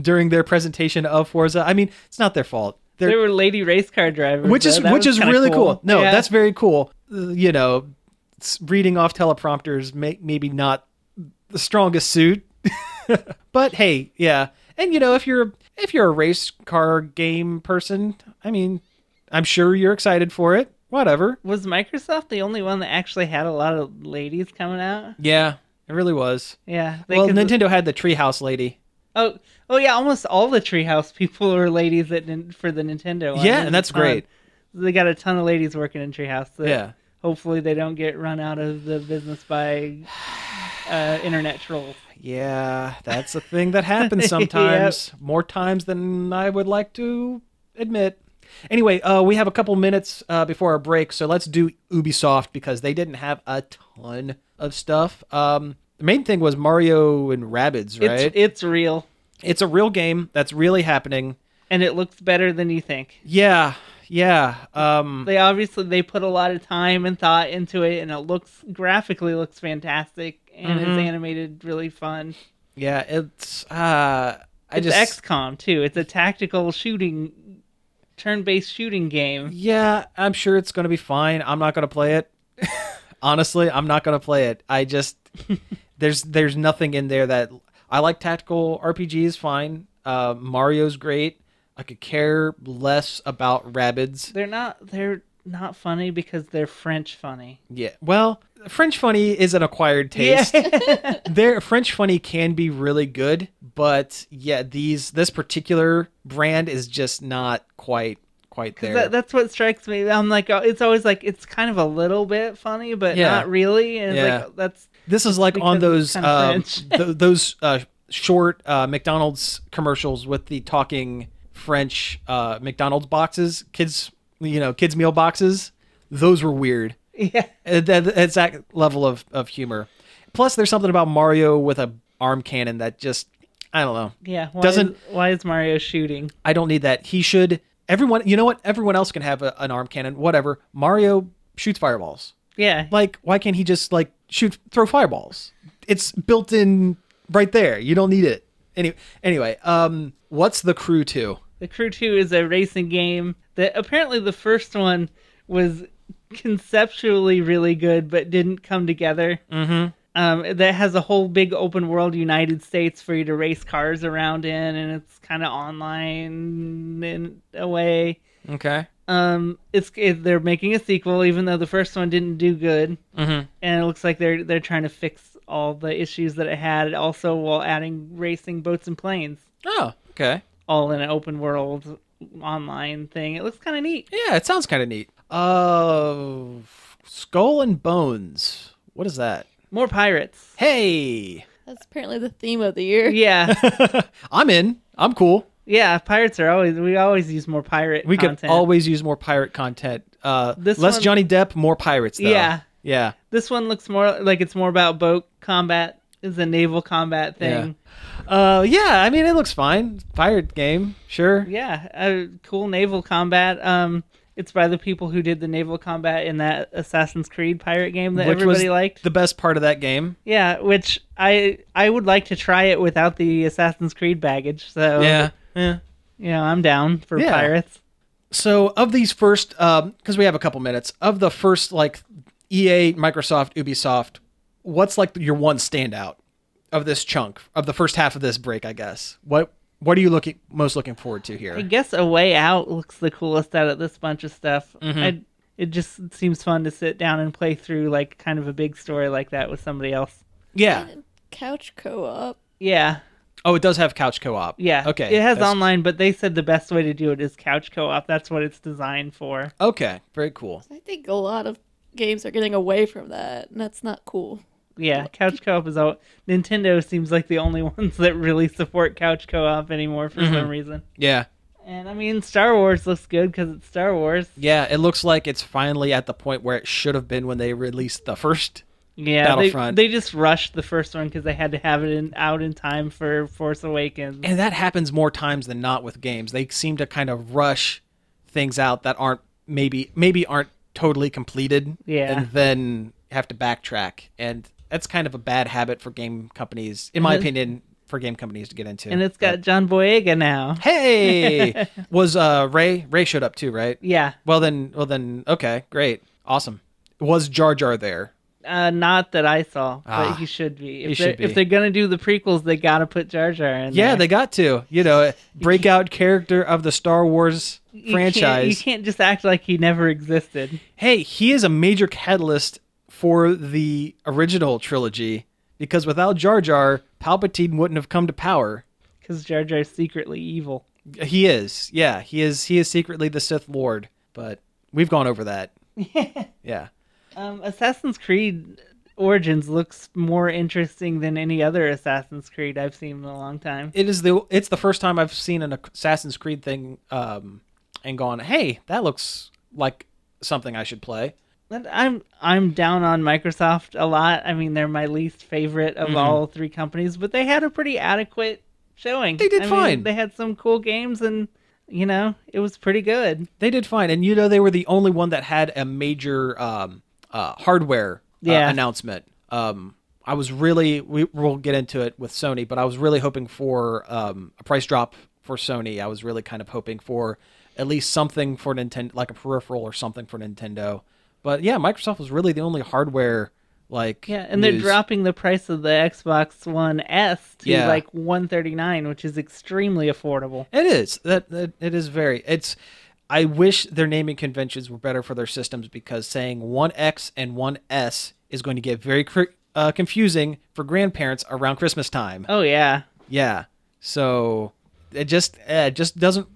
[SPEAKER 1] during their presentation of Forza. I mean, it's not their fault.
[SPEAKER 2] They
[SPEAKER 1] They're,
[SPEAKER 2] were lady race car drivers,
[SPEAKER 1] which is
[SPEAKER 2] though. That
[SPEAKER 1] which
[SPEAKER 2] was
[SPEAKER 1] is
[SPEAKER 2] kinda
[SPEAKER 1] really cool. No,
[SPEAKER 2] Yeah.
[SPEAKER 1] that's very cool. Uh, You know, s- reading off teleprompters may, maybe not the strongest suit, (laughs) but hey, yeah. And you know, if you're if you're a race car game person, I mean, I'm sure you're excited for it. Whatever.
[SPEAKER 2] was Microsoft the only one that actually had a lot of ladies coming out.
[SPEAKER 1] Yeah, it really was.
[SPEAKER 2] Yeah, they
[SPEAKER 1] Well,
[SPEAKER 2] could-
[SPEAKER 1] Nintendo had the Treehouse Lady.
[SPEAKER 2] Oh, oh yeah, almost all the Treehouse people (laughs) are ladies that nin- for the Nintendo. one.
[SPEAKER 1] Yeah,
[SPEAKER 2] There's
[SPEAKER 1] and
[SPEAKER 2] a
[SPEAKER 1] that's
[SPEAKER 2] ton.
[SPEAKER 1] great.
[SPEAKER 2] They got a ton of ladies working in Treehouse. that
[SPEAKER 1] Yeah.
[SPEAKER 2] Hopefully, they don't get run out of the business
[SPEAKER 1] (sighs)
[SPEAKER 2] by uh, internet trolls.
[SPEAKER 1] Yeah, that's a thing that (laughs) happens sometimes, more times than I would like to admit. Anyway, uh, we have a couple minutes uh, before our break, so let's do Ubisoft because they didn't have a ton of stuff. Um, the main thing was Mario and Rabbids, right?
[SPEAKER 2] It's it's real,
[SPEAKER 1] it's a real game that's really happening.
[SPEAKER 2] and it looks better than you think.
[SPEAKER 1] Yeah, yeah. Um,
[SPEAKER 2] They obviously they put a lot of time and thought into it, and it looks graphically looks fantastic, and
[SPEAKER 1] Mm-hmm.
[SPEAKER 2] it's animated really fun.
[SPEAKER 1] yeah, it's. Uh, I
[SPEAKER 2] It's
[SPEAKER 1] just
[SPEAKER 2] XCOM too. It's a tactical shooting, turn-based shooting game.
[SPEAKER 1] Yeah, I'm sure it's going to be fine. I'm not going to play it. (laughs) Honestly, I'm not going to play it. I just there's there's nothing in there that I like tactical RPGs fine. Uh Mario's great. I could care less about Rabbids.
[SPEAKER 2] They're not. They're not funny because they're French funny.
[SPEAKER 1] Yeah. Well, French funny is an acquired taste. Their French funny can be really good, but yeah, these this particular brand is just not quite quite there.
[SPEAKER 2] That, that's what strikes me. I'm like, oh, it's always like it's kind of a little bit funny, but
[SPEAKER 1] Yeah.
[SPEAKER 2] not really. And it's
[SPEAKER 1] Yeah.
[SPEAKER 2] like that's (laughs)
[SPEAKER 1] This is like
[SPEAKER 2] because
[SPEAKER 1] on
[SPEAKER 2] it's
[SPEAKER 1] those
[SPEAKER 2] kind of
[SPEAKER 1] um, (laughs)
[SPEAKER 2] French.
[SPEAKER 1] th- those uh, short uh, McDonald's commercials with the talking French uh, McDonald's boxes, kids, you know, kids meal boxes. Those were weird.
[SPEAKER 2] yeah.
[SPEAKER 1] Uh, that it's that level of, of humor. Plus, there's something about Mario with a arm cannon that just I don't know.
[SPEAKER 2] Yeah. Why
[SPEAKER 1] Doesn't-
[SPEAKER 2] is- why is Mario shooting?
[SPEAKER 1] I don't need that. He should. Everyone, you know what? Everyone else can have a, an arm cannon, whatever. Mario shoots fireballs.
[SPEAKER 2] Yeah.
[SPEAKER 1] Like, why can't he just like shoot, throw fireballs? It's built in right there. You don't need it. Any, anyway, um, what's the crew to?
[SPEAKER 2] The Crew 2 is a racing game that apparently the first one was conceptually really good but didn't come together. Mm-hmm. Um, that has a whole big open world United States for you to race cars around in, and it's kind of online in a way.
[SPEAKER 1] Okay.
[SPEAKER 2] Um, it's it, they're making a sequel, even though the first one didn't do good, mm-hmm. and it looks like they're they're trying to fix all the issues that it had, also while adding racing boats and planes
[SPEAKER 1] Oh, okay.
[SPEAKER 2] all in an open world online thing. It looks kind of neat.
[SPEAKER 1] Yeah, it sounds kind of neat. Uh, Skull and Bones. What is that?
[SPEAKER 2] More pirates.
[SPEAKER 1] Hey, (laughs)
[SPEAKER 3] That's apparently the theme of the year.
[SPEAKER 2] Yeah,
[SPEAKER 1] I'm in. I'm cool.
[SPEAKER 2] yeah. Pirates are always we always use more pirate.
[SPEAKER 1] We
[SPEAKER 2] content.
[SPEAKER 1] could always use more pirate content. Uh,
[SPEAKER 2] This
[SPEAKER 1] less
[SPEAKER 2] one-
[SPEAKER 1] Johnny Depp, more pirates. Though.
[SPEAKER 2] Yeah.
[SPEAKER 1] yeah.
[SPEAKER 2] This one looks more like it's more about boat combat. Is a naval combat thing.
[SPEAKER 1] Uh, yeah. I mean, it looks fine. Pirate game, sure.
[SPEAKER 2] Yeah, uh, cool naval combat. Um, it's by the people who did the naval combat in that Assassin's Creed pirate game that everybody liked.
[SPEAKER 1] the best part of that game.
[SPEAKER 2] Yeah, which I I would like to try it without the Assassin's Creed baggage. So
[SPEAKER 1] yeah.
[SPEAKER 2] you know I'm down for
[SPEAKER 1] Yeah.
[SPEAKER 2] pirates.
[SPEAKER 1] So of these first, because we have a couple minutes, of the first like EA, Microsoft, Ubisoft, what's like your one standout of this chunk of the first half of this break? I guess what what are you looking most looking forward to
[SPEAKER 2] I
[SPEAKER 1] here?
[SPEAKER 2] guess A Way Out looks the coolest out of this bunch of stuff.
[SPEAKER 1] Mm-hmm.
[SPEAKER 2] I, it just seems fun to sit down and play through like kind of a big story like that with somebody else.
[SPEAKER 1] Yeah.
[SPEAKER 3] Couch co-op.
[SPEAKER 2] Yeah,
[SPEAKER 1] Oh, it does have couch co-op.
[SPEAKER 2] yeah.
[SPEAKER 1] Okay.
[SPEAKER 2] It has
[SPEAKER 1] That's-
[SPEAKER 2] online, but they said the best way to do it is couch co-op. That's what it's designed for.
[SPEAKER 1] Okay. Very cool.
[SPEAKER 3] I think a lot of games are getting away from that, and that's not cool.
[SPEAKER 2] Yeah, couch co-op is all. Nintendo seems like the only (laughs) ones that really support couch co-op anymore for
[SPEAKER 1] Mm-hmm.
[SPEAKER 2] some reason.
[SPEAKER 1] Yeah.
[SPEAKER 2] And I mean, Star Wars looks good because it's Star Wars.
[SPEAKER 1] Yeah. It looks like it's finally at the point where it should have been when they released the first.
[SPEAKER 2] Yeah, they,
[SPEAKER 1] Battlefront.
[SPEAKER 2] they just rushed the first one because they had to have it in, out in time for Force Awakens.
[SPEAKER 1] And that happens more times than not with games. They seem to kind of rush things out that aren't maybe maybe aren't totally completed.
[SPEAKER 2] Yeah.
[SPEAKER 1] And then have to backtrack. And that's kind of a bad habit for game companies, in my
[SPEAKER 2] And it-
[SPEAKER 1] opinion, for game companies to get into.
[SPEAKER 2] Mm-hmm. and it's got John Boyega now.
[SPEAKER 1] But- Hey
[SPEAKER 2] (laughs)
[SPEAKER 1] was uh Ray Ray showed up too, right?
[SPEAKER 2] Yeah,
[SPEAKER 1] Well then well then okay, great. Awesome. Was Jar Jar there?
[SPEAKER 2] uh, not that I saw,
[SPEAKER 1] Ah,
[SPEAKER 2] but he should be.
[SPEAKER 1] he
[SPEAKER 2] If they're,
[SPEAKER 1] should be.
[SPEAKER 2] If they're gonna do the prequels, they gotta put Jar Jar in.
[SPEAKER 1] Yeah,
[SPEAKER 2] there.
[SPEAKER 1] they got to. You know, breakout character of the Star Wars
[SPEAKER 2] You can't-
[SPEAKER 1] franchise.
[SPEAKER 2] you can't just act like he never existed.
[SPEAKER 1] hey, he is a major catalyst for the original trilogy because without Jar Jar, Palpatine wouldn't have come to power.
[SPEAKER 2] Because Jar Jar's secretly evil.
[SPEAKER 1] He is, yeah, he is. He is secretly the Sith Lord, but we've gone over that. yeah,
[SPEAKER 2] Um, Assassin's Creed Origins looks more interesting than any other Assassin's Creed I've seen in a long time.
[SPEAKER 1] it is the. It's the first time I've seen an Assassin's Creed thing, um, and gone, hey, that looks like something I should play.
[SPEAKER 2] And I'm I'm down on Microsoft a lot. I mean, they're my least favorite of
[SPEAKER 1] Mm-hmm.
[SPEAKER 2] all three companies, but they had a pretty adequate showing.
[SPEAKER 1] They did
[SPEAKER 2] I mean,
[SPEAKER 1] fine.
[SPEAKER 2] they had some cool games, and you know, it was pretty good.
[SPEAKER 1] They did fine, and you know they were the only one that had a major um, uh, hardware uh,
[SPEAKER 2] Yeah.
[SPEAKER 1] announcement. Um, I was really we will get into it with Sony, but I was really hoping for um, a price drop for Sony. I was really kind of hoping for at least something for Nintendo, like a peripheral or something for Nintendo. But yeah, Microsoft was really the only hardware like
[SPEAKER 2] Yeah, and they're
[SPEAKER 1] news.
[SPEAKER 2] dropping the price of the Xbox One S to
[SPEAKER 1] Yeah.
[SPEAKER 2] like 139, which is extremely affordable.
[SPEAKER 1] It is that, that it is very. It's. I wish their naming conventions were better for their systems because saying one X and one S is going to get very cr- uh, confusing for grandparents around Christmas time.
[SPEAKER 2] Oh yeah.
[SPEAKER 1] Yeah, so it just eh, it just doesn't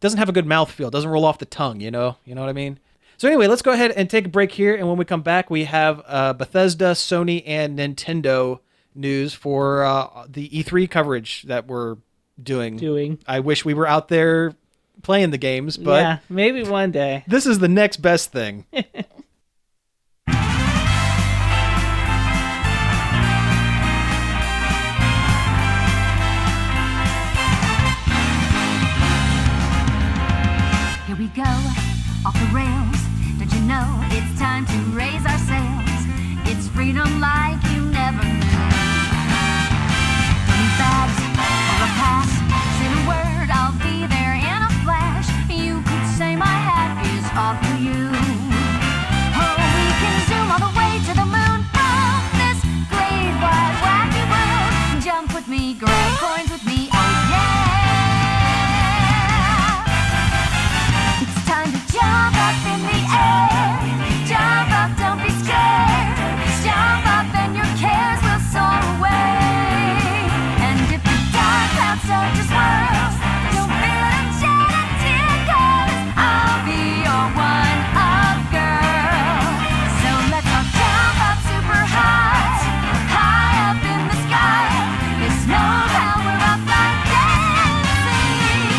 [SPEAKER 1] doesn't have a good mouthfeel. Doesn't roll off the tongue. You know. You know what I mean. So anyway, let's go ahead and take a break here, and when we come back, we have uh, Bethesda, Sony, and Nintendo news for uh, the E3 coverage that we're doing.
[SPEAKER 2] Doing.
[SPEAKER 1] I wish we were out there playing the games, but
[SPEAKER 2] yeah, maybe one day.
[SPEAKER 1] this is the next best
[SPEAKER 2] (laughs)
[SPEAKER 1] thing.
[SPEAKER 4] go off the rails. Don't you know it's time to raise our sails? It's freedom like you never knew. Don't need bags or a pass. Say the word, I'll be there in a flash. You could say my hat is off to you. Oh, we can zoom all the way to the moon on this great wide wacky world. Jump with me, grab coins with me, oh yeah! It's time to jump up in the air. Jump up, don't be scared. Jump up and your cares will soar away. And if the dark cloud start to swirl, don't feel a jet of tear goes. I'll be your one-up girl. So let's all jump up super high, high up in the sky. There's no power up like dancing.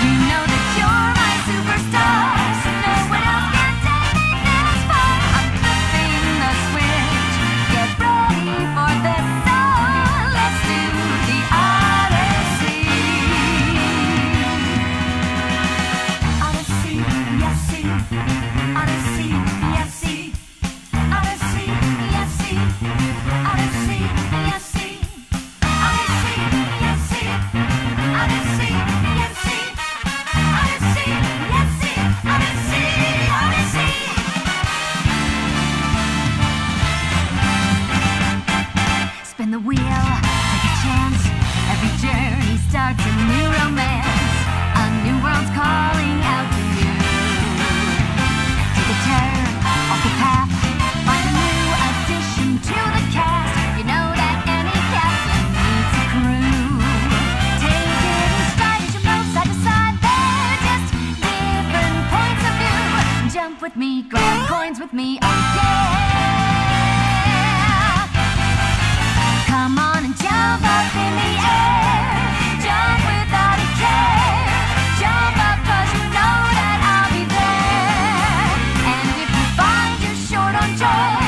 [SPEAKER 4] You know that you're my superstar. So no one else can take me this far. I'm flipping the switch. Get ready for this song. Let's do the Odyssey. Odyssey, yessy. Odyssey, yessy. Odyssey, yessy. Odyssey, yessy. Odyssey, yessy. Odyssey, yessy. Odyssey, yessy. Odyssey, Odyssey. Spin the wheel, take a chance. Every journey starts a new romance. A new world's calling out to you. Take a turn off the path. Find a new addition to the cast. You know that any captain needs a crew. Take it in stride as you move side to side. They're just different points of view. Jump with me, grab coins with me, oh yeah! Come on and jump up in the air. Jump without a care. Jump up 'cause you know that I'll be there. And if you find you're short on joy,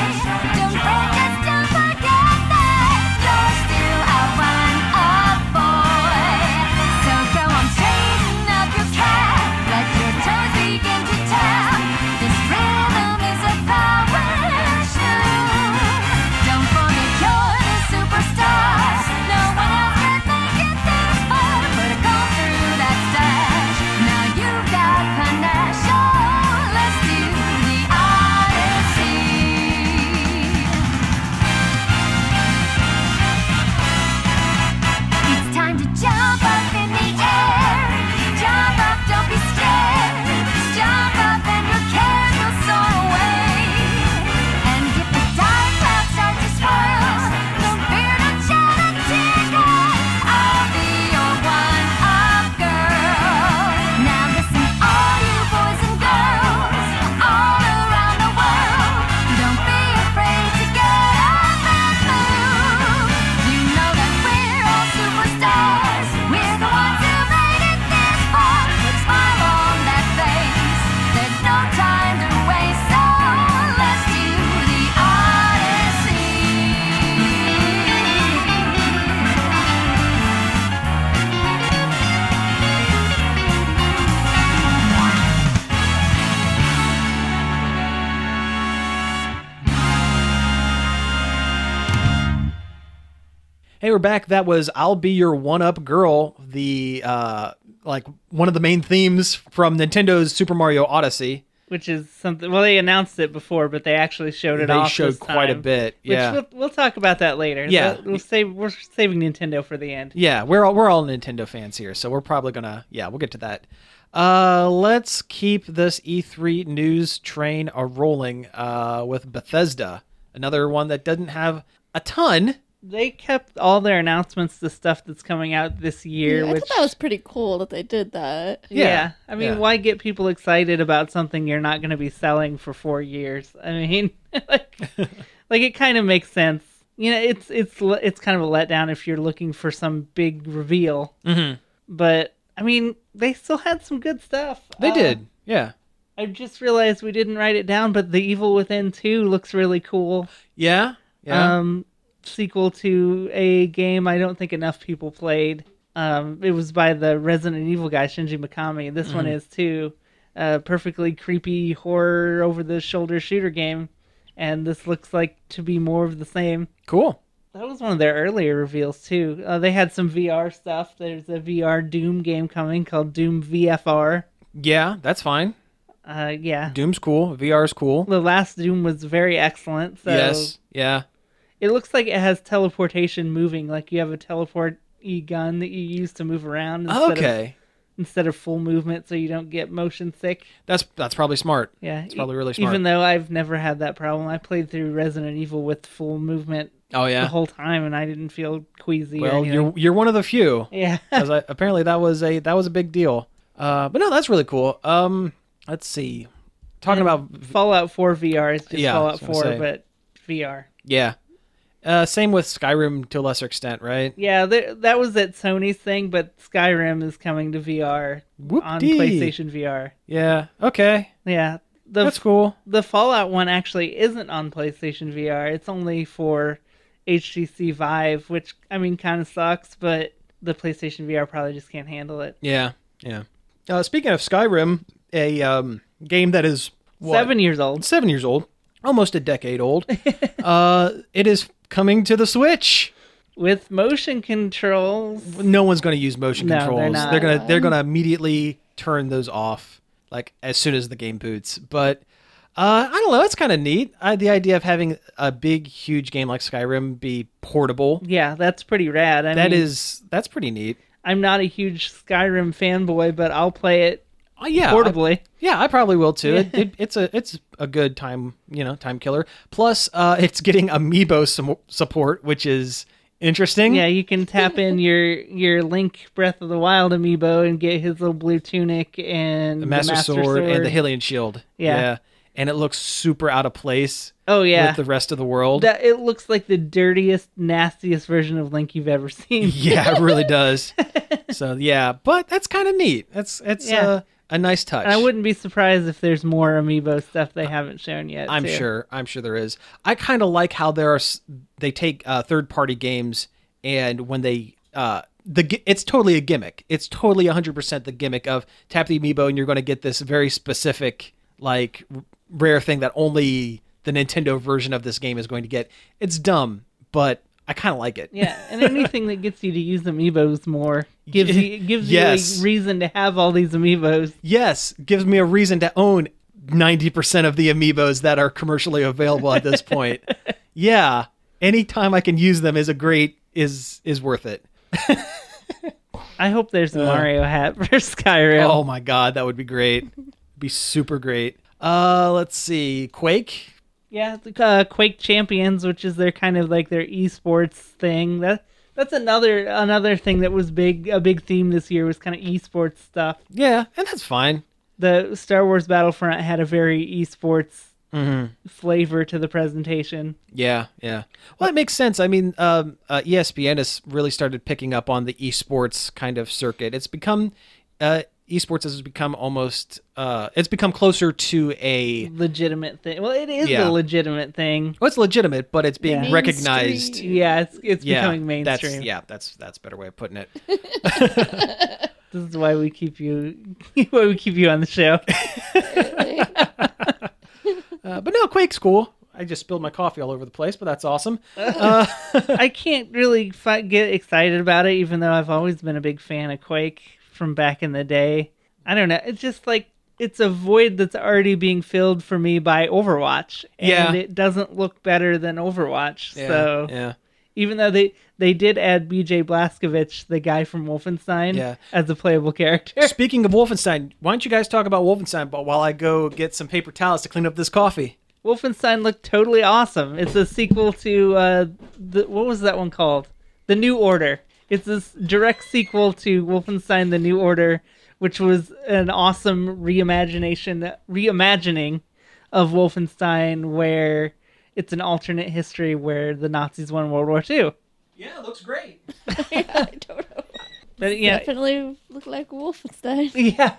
[SPEAKER 4] don't fret, just don't forget that you're still a one-up boy. So go on straighten up your cap. Let your toes begin to tap. This rhythm is a power shoe. Don't forget you're the superstar. No one else can make it this far. Put a goal through that stash. Now you've got panache. Oh, let's do the Odyssey. It's time to jump up in the air. Jump up, don't be scared. Just jump up and your cares will soar away. And if the dark clouds start to swirl, don't fear to shed a tear, 'cause I'll be your one-up girl. Now listen, all you boys and girls all around the world, don't be afraid to get up and move. You know that we're all superstars. We're the ones who made it this far. Smile on that face. There's no time to waste. So let's do the Odyssey.
[SPEAKER 1] Hey, we're back. That was "I'll Be Your One Up Girl," the uh, like one of the main themes from Nintendo's Super Mario Odyssey.
[SPEAKER 2] which is something. Well, they announced it before, but they actually showed it
[SPEAKER 1] They
[SPEAKER 2] off.
[SPEAKER 1] showed
[SPEAKER 2] this
[SPEAKER 1] quite a
[SPEAKER 2] time,
[SPEAKER 1] bit.
[SPEAKER 2] Which
[SPEAKER 1] Yeah,
[SPEAKER 2] we'll, we'll talk about that later.
[SPEAKER 1] Yeah.
[SPEAKER 2] That- we'll save. We're saving Nintendo for the end.
[SPEAKER 1] yeah. We're all we're all Nintendo fans here, so we're probably gonna yeah we'll get to that. Uh, let's keep this E3 news train a rolling uh, with Bethesda, another one that doesn't have a ton.
[SPEAKER 2] They kept all their announcements to stuff that's coming out this year.
[SPEAKER 3] Yeah, I
[SPEAKER 2] which
[SPEAKER 3] thought that was pretty cool that they did that. (laughs)
[SPEAKER 2] yeah.
[SPEAKER 1] Yeah,
[SPEAKER 2] I mean,
[SPEAKER 1] yeah.
[SPEAKER 2] why get people excited about something you're not going to be selling for four years? I mean, (laughs) like,
[SPEAKER 1] (laughs)
[SPEAKER 2] like it kind of makes sense. You know, it's it's le- it's kind of a letdown if you're looking for some big reveal.
[SPEAKER 1] Mhm.
[SPEAKER 2] But I mean, they still had some good stuff.
[SPEAKER 1] They
[SPEAKER 2] Uh,
[SPEAKER 1] did, yeah,
[SPEAKER 2] I just realized we didn't write it down, but The Evil Within 2 looks really cool.
[SPEAKER 1] yeah, yeah.
[SPEAKER 2] Um, sequel to a game I don't think enough people
[SPEAKER 1] Mm-hmm.
[SPEAKER 2] played. Um, it was by the Resident Evil guy, Shinji Mikami. This one is too. uh, perfectly creepy horror over the shoulder shooter game, and this looks like to be more of the same.
[SPEAKER 1] Cool.
[SPEAKER 2] That was one of their earlier reveals too. Uh, they had some VR stuff. There's a VR Doom game coming called Doom VFR.
[SPEAKER 1] Yeah, that's fine.
[SPEAKER 2] Uh, yeah,
[SPEAKER 1] Doom's cool. VR's cool.
[SPEAKER 2] the last Doom was very excellent. So
[SPEAKER 1] yes. Yeah.
[SPEAKER 2] it looks like it has teleportation moving. Like you have a teleport e gun that you use to move around. Instead Of,
[SPEAKER 1] Okay.
[SPEAKER 2] instead of full movement, so you don't get motion sick.
[SPEAKER 1] That's that's probably smart.
[SPEAKER 2] Yeah, e-
[SPEAKER 1] It's probably really smart.
[SPEAKER 2] Even though I've never had that problem, I played through Resident Evil with full movement
[SPEAKER 1] Oh
[SPEAKER 2] the
[SPEAKER 1] yeah.
[SPEAKER 2] whole time, and I didn't feel queasy. or
[SPEAKER 1] Well,
[SPEAKER 2] anything.
[SPEAKER 1] you're you're one of the few.
[SPEAKER 2] (laughs) yeah.
[SPEAKER 1] 'Cause I, apparently that was a that was a big deal. Uh, but no, that's really cool. Um, let's see. Talking about
[SPEAKER 2] (laughs) Fallout 4 VR is just
[SPEAKER 1] Yeah, I was
[SPEAKER 2] Fallout
[SPEAKER 1] gonna
[SPEAKER 2] 4,
[SPEAKER 1] say.
[SPEAKER 2] but VR.
[SPEAKER 1] yeah. Uh, same with Skyrim to a lesser extent, right?
[SPEAKER 2] Yeah, th- that was at Sony's thing, but Skyrim is coming to VR on
[SPEAKER 1] Whoop-dee.
[SPEAKER 2] PlayStation VR.
[SPEAKER 1] Yeah. Okay.
[SPEAKER 2] Yeah, the
[SPEAKER 1] That's cool.
[SPEAKER 2] the Fallout one actually isn't on PlayStation VR. It's only for HTC Vive, which I mean kind of sucks, but the PlayStation VR probably just can't handle it.
[SPEAKER 1] Yeah. Yeah. Uh, speaking of Skyrim, a um, game that is what,
[SPEAKER 2] Seven years old.
[SPEAKER 1] seven years old, almost a decade
[SPEAKER 2] (laughs)
[SPEAKER 1] old. uh, it is coming to the Switch.
[SPEAKER 2] with motion controls.
[SPEAKER 1] No one's going to use motion
[SPEAKER 2] No, they're
[SPEAKER 1] controls.
[SPEAKER 2] not.
[SPEAKER 1] they're gonna they're gonna immediately turn those off, like as soon as the game boots. But uh, I don't know. It's kind of neat. I, the idea of having a big, huge game like Skyrim be portable.
[SPEAKER 2] Yeah, that's pretty rad. I
[SPEAKER 1] That
[SPEAKER 2] mean,
[SPEAKER 1] is- that's pretty neat.
[SPEAKER 2] I'm not a huge Skyrim fanboy, but I'll play it
[SPEAKER 1] Uh, yeah, I-
[SPEAKER 2] portably.
[SPEAKER 1] Yeah, I probably will too. It,
[SPEAKER 2] Yeah. (laughs)
[SPEAKER 1] it, it's a it's a good time you know time killer. Plus, uh, it's getting amiibo sum- support, which is interesting.
[SPEAKER 2] Yeah, you can tap in your your Link Breath of the Wild amiibo and get his little blue tunic and
[SPEAKER 1] the master, sword, and the Hylian shield.
[SPEAKER 2] Yeah.
[SPEAKER 1] and it looks super out of place
[SPEAKER 2] Oh yeah,
[SPEAKER 1] with the rest of the world.
[SPEAKER 2] that it looks like the dirtiest, nastiest version of Link you've
[SPEAKER 1] (laughs)
[SPEAKER 2] ever seen.
[SPEAKER 1] (laughs) yeah, it really does. so yeah, but that's kind of neat. That's that's
[SPEAKER 2] Yeah.
[SPEAKER 1] uh, a nice touch.
[SPEAKER 2] And I wouldn't be surprised if there's more amiibo stuff they haven't shown yet.
[SPEAKER 1] I'm
[SPEAKER 2] too.
[SPEAKER 1] sure. I'm sure there is. I kind of like how there are. s- They take uh, third party games, and when they uh, the gi- it's totally a gimmick. It's totally 100 percent the gimmick of tap the amiibo, and you're going to get this very specific, like r- rare thing that only the Nintendo version of this game is going to get. It's dumb, but I kind of like it.
[SPEAKER 2] Yeah, and anything that gets you to use
[SPEAKER 1] (laughs)
[SPEAKER 2] amiibos more gives you gives
[SPEAKER 1] Yes.
[SPEAKER 2] you a reason to have all these amiibos.
[SPEAKER 1] yes, gives me a reason to own 90% of the amiibos that are commercially available at this point. yeah, anytime I can use them is a great is is worth it.
[SPEAKER 2] I hope there's a Mario hat (laughs) for Skyrim.
[SPEAKER 1] Uh. Oh my god, that would be great. Be super great. Uh let's see. Quake?
[SPEAKER 2] Yeah, the, uh, Quake Champions, which is their kind of like their esports thing. That that's another another thing that was big a big theme this year was kind of esports stuff.
[SPEAKER 1] Yeah, and that's fine.
[SPEAKER 2] The Star Wars Battlefront had a very esports
[SPEAKER 1] Mm-hmm.
[SPEAKER 2] flavor to the presentation.
[SPEAKER 1] Yeah, yeah. Well, that makes sense. I mean, um, uh, ESPN has really started picking up on the esports kind of circuit. It's become uh, esports has become almost uh, it's become closer to a
[SPEAKER 2] Legitimate thing. Well, it is
[SPEAKER 1] Yeah.
[SPEAKER 2] a legitimate thing.
[SPEAKER 1] Well, it's legitimate, but it's being
[SPEAKER 2] Yeah.
[SPEAKER 1] recognized.
[SPEAKER 3] Mainstream.
[SPEAKER 2] Yeah, it's it's
[SPEAKER 1] Yeah,
[SPEAKER 2] becoming mainstream.
[SPEAKER 1] that's yeah, that's that's a better way of putting it.
[SPEAKER 2] This is why we keep you (laughs) why we keep you on
[SPEAKER 1] (laughs)
[SPEAKER 2] the show.
[SPEAKER 1] (laughs) Uh, but no, Quake's cool. I just spilled my coffee all over the place, but that's awesome.
[SPEAKER 2] I can't really fi- get excited about it, even though I've always been a big fan of Quake from back in the day. I don't know. It's just like it's a void that's already being filled for me by Overwatch, and
[SPEAKER 1] Yeah.
[SPEAKER 2] it doesn't look better than Overwatch.
[SPEAKER 1] Yeah,
[SPEAKER 2] so
[SPEAKER 1] yeah,
[SPEAKER 2] even though they they did add BJ Blazkowicz, the guy from Wolfenstein,
[SPEAKER 1] Yeah.
[SPEAKER 2] as a playable character. (laughs)
[SPEAKER 1] Speaking of Wolfenstein, why don't you guys talk about Wolfenstein? But while I go get some paper towels to clean up this coffee,
[SPEAKER 2] Wolfenstein looked totally awesome. It's a sequel to uh, the, what was that one called? The New Order. It's this direct sequel to Wolfenstein: The New Order, which was an awesome reimagination, reimagining of Wolfenstein, where it's an alternate history where the Nazis won World War II.
[SPEAKER 1] yeah, it looks great.
[SPEAKER 3] I don't know.
[SPEAKER 2] But yeah,
[SPEAKER 3] Definitely look like Wolfenstein.
[SPEAKER 2] (laughs) yeah.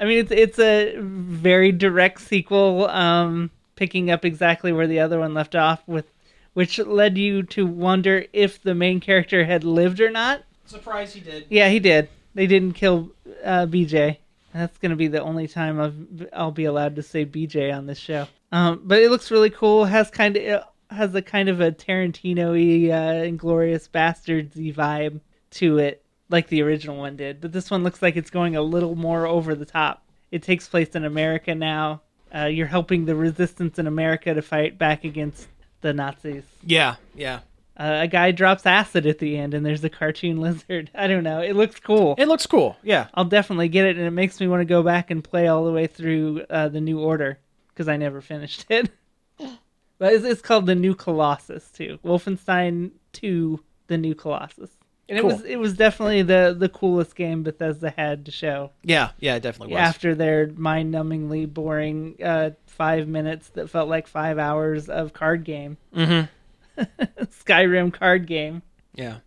[SPEAKER 2] I mean, it's it's a very direct sequel, um, picking up exactly where the other one left off, with which led you to wonder if the main character had lived or not.
[SPEAKER 1] Surprise, he did.
[SPEAKER 2] Yeah, he did. They didn't kill uh, BJ. That's gonna be the only time I've, I'll be allowed to say BJ on this show. Um, but it looks really cool. Has kind of uh, has a kind of a Tarantino-y, uh, Inglorious Bastards-y vibe to it, like the original one did. But this one looks like it's going a little more over the top. It takes place in America now. Uh, you're helping the resistance in America to fight back against the Nazis.
[SPEAKER 1] Yeah, yeah.
[SPEAKER 2] Uh, a guy drops acid at the end, and there's a cartoon (laughs) lizard. I don't know. It looks cool.
[SPEAKER 1] It looks cool. Yeah.
[SPEAKER 2] I'll definitely get it, and it makes me want to go back and play all the way through uh, the New Order because I never finished it. (laughs) but it's, it's called the New Colossus too, Wolfenstein Two: The New Colossus, and
[SPEAKER 1] Cool.
[SPEAKER 2] it was it was definitely the the coolest game Bethesda had to show
[SPEAKER 1] Yeah, yeah, it definitely was.
[SPEAKER 2] after their mind-numbingly boring uh, five minutes that felt like five hours of card game,
[SPEAKER 1] Mhm.
[SPEAKER 2] (laughs) Skyrim card game.
[SPEAKER 1] Yeah.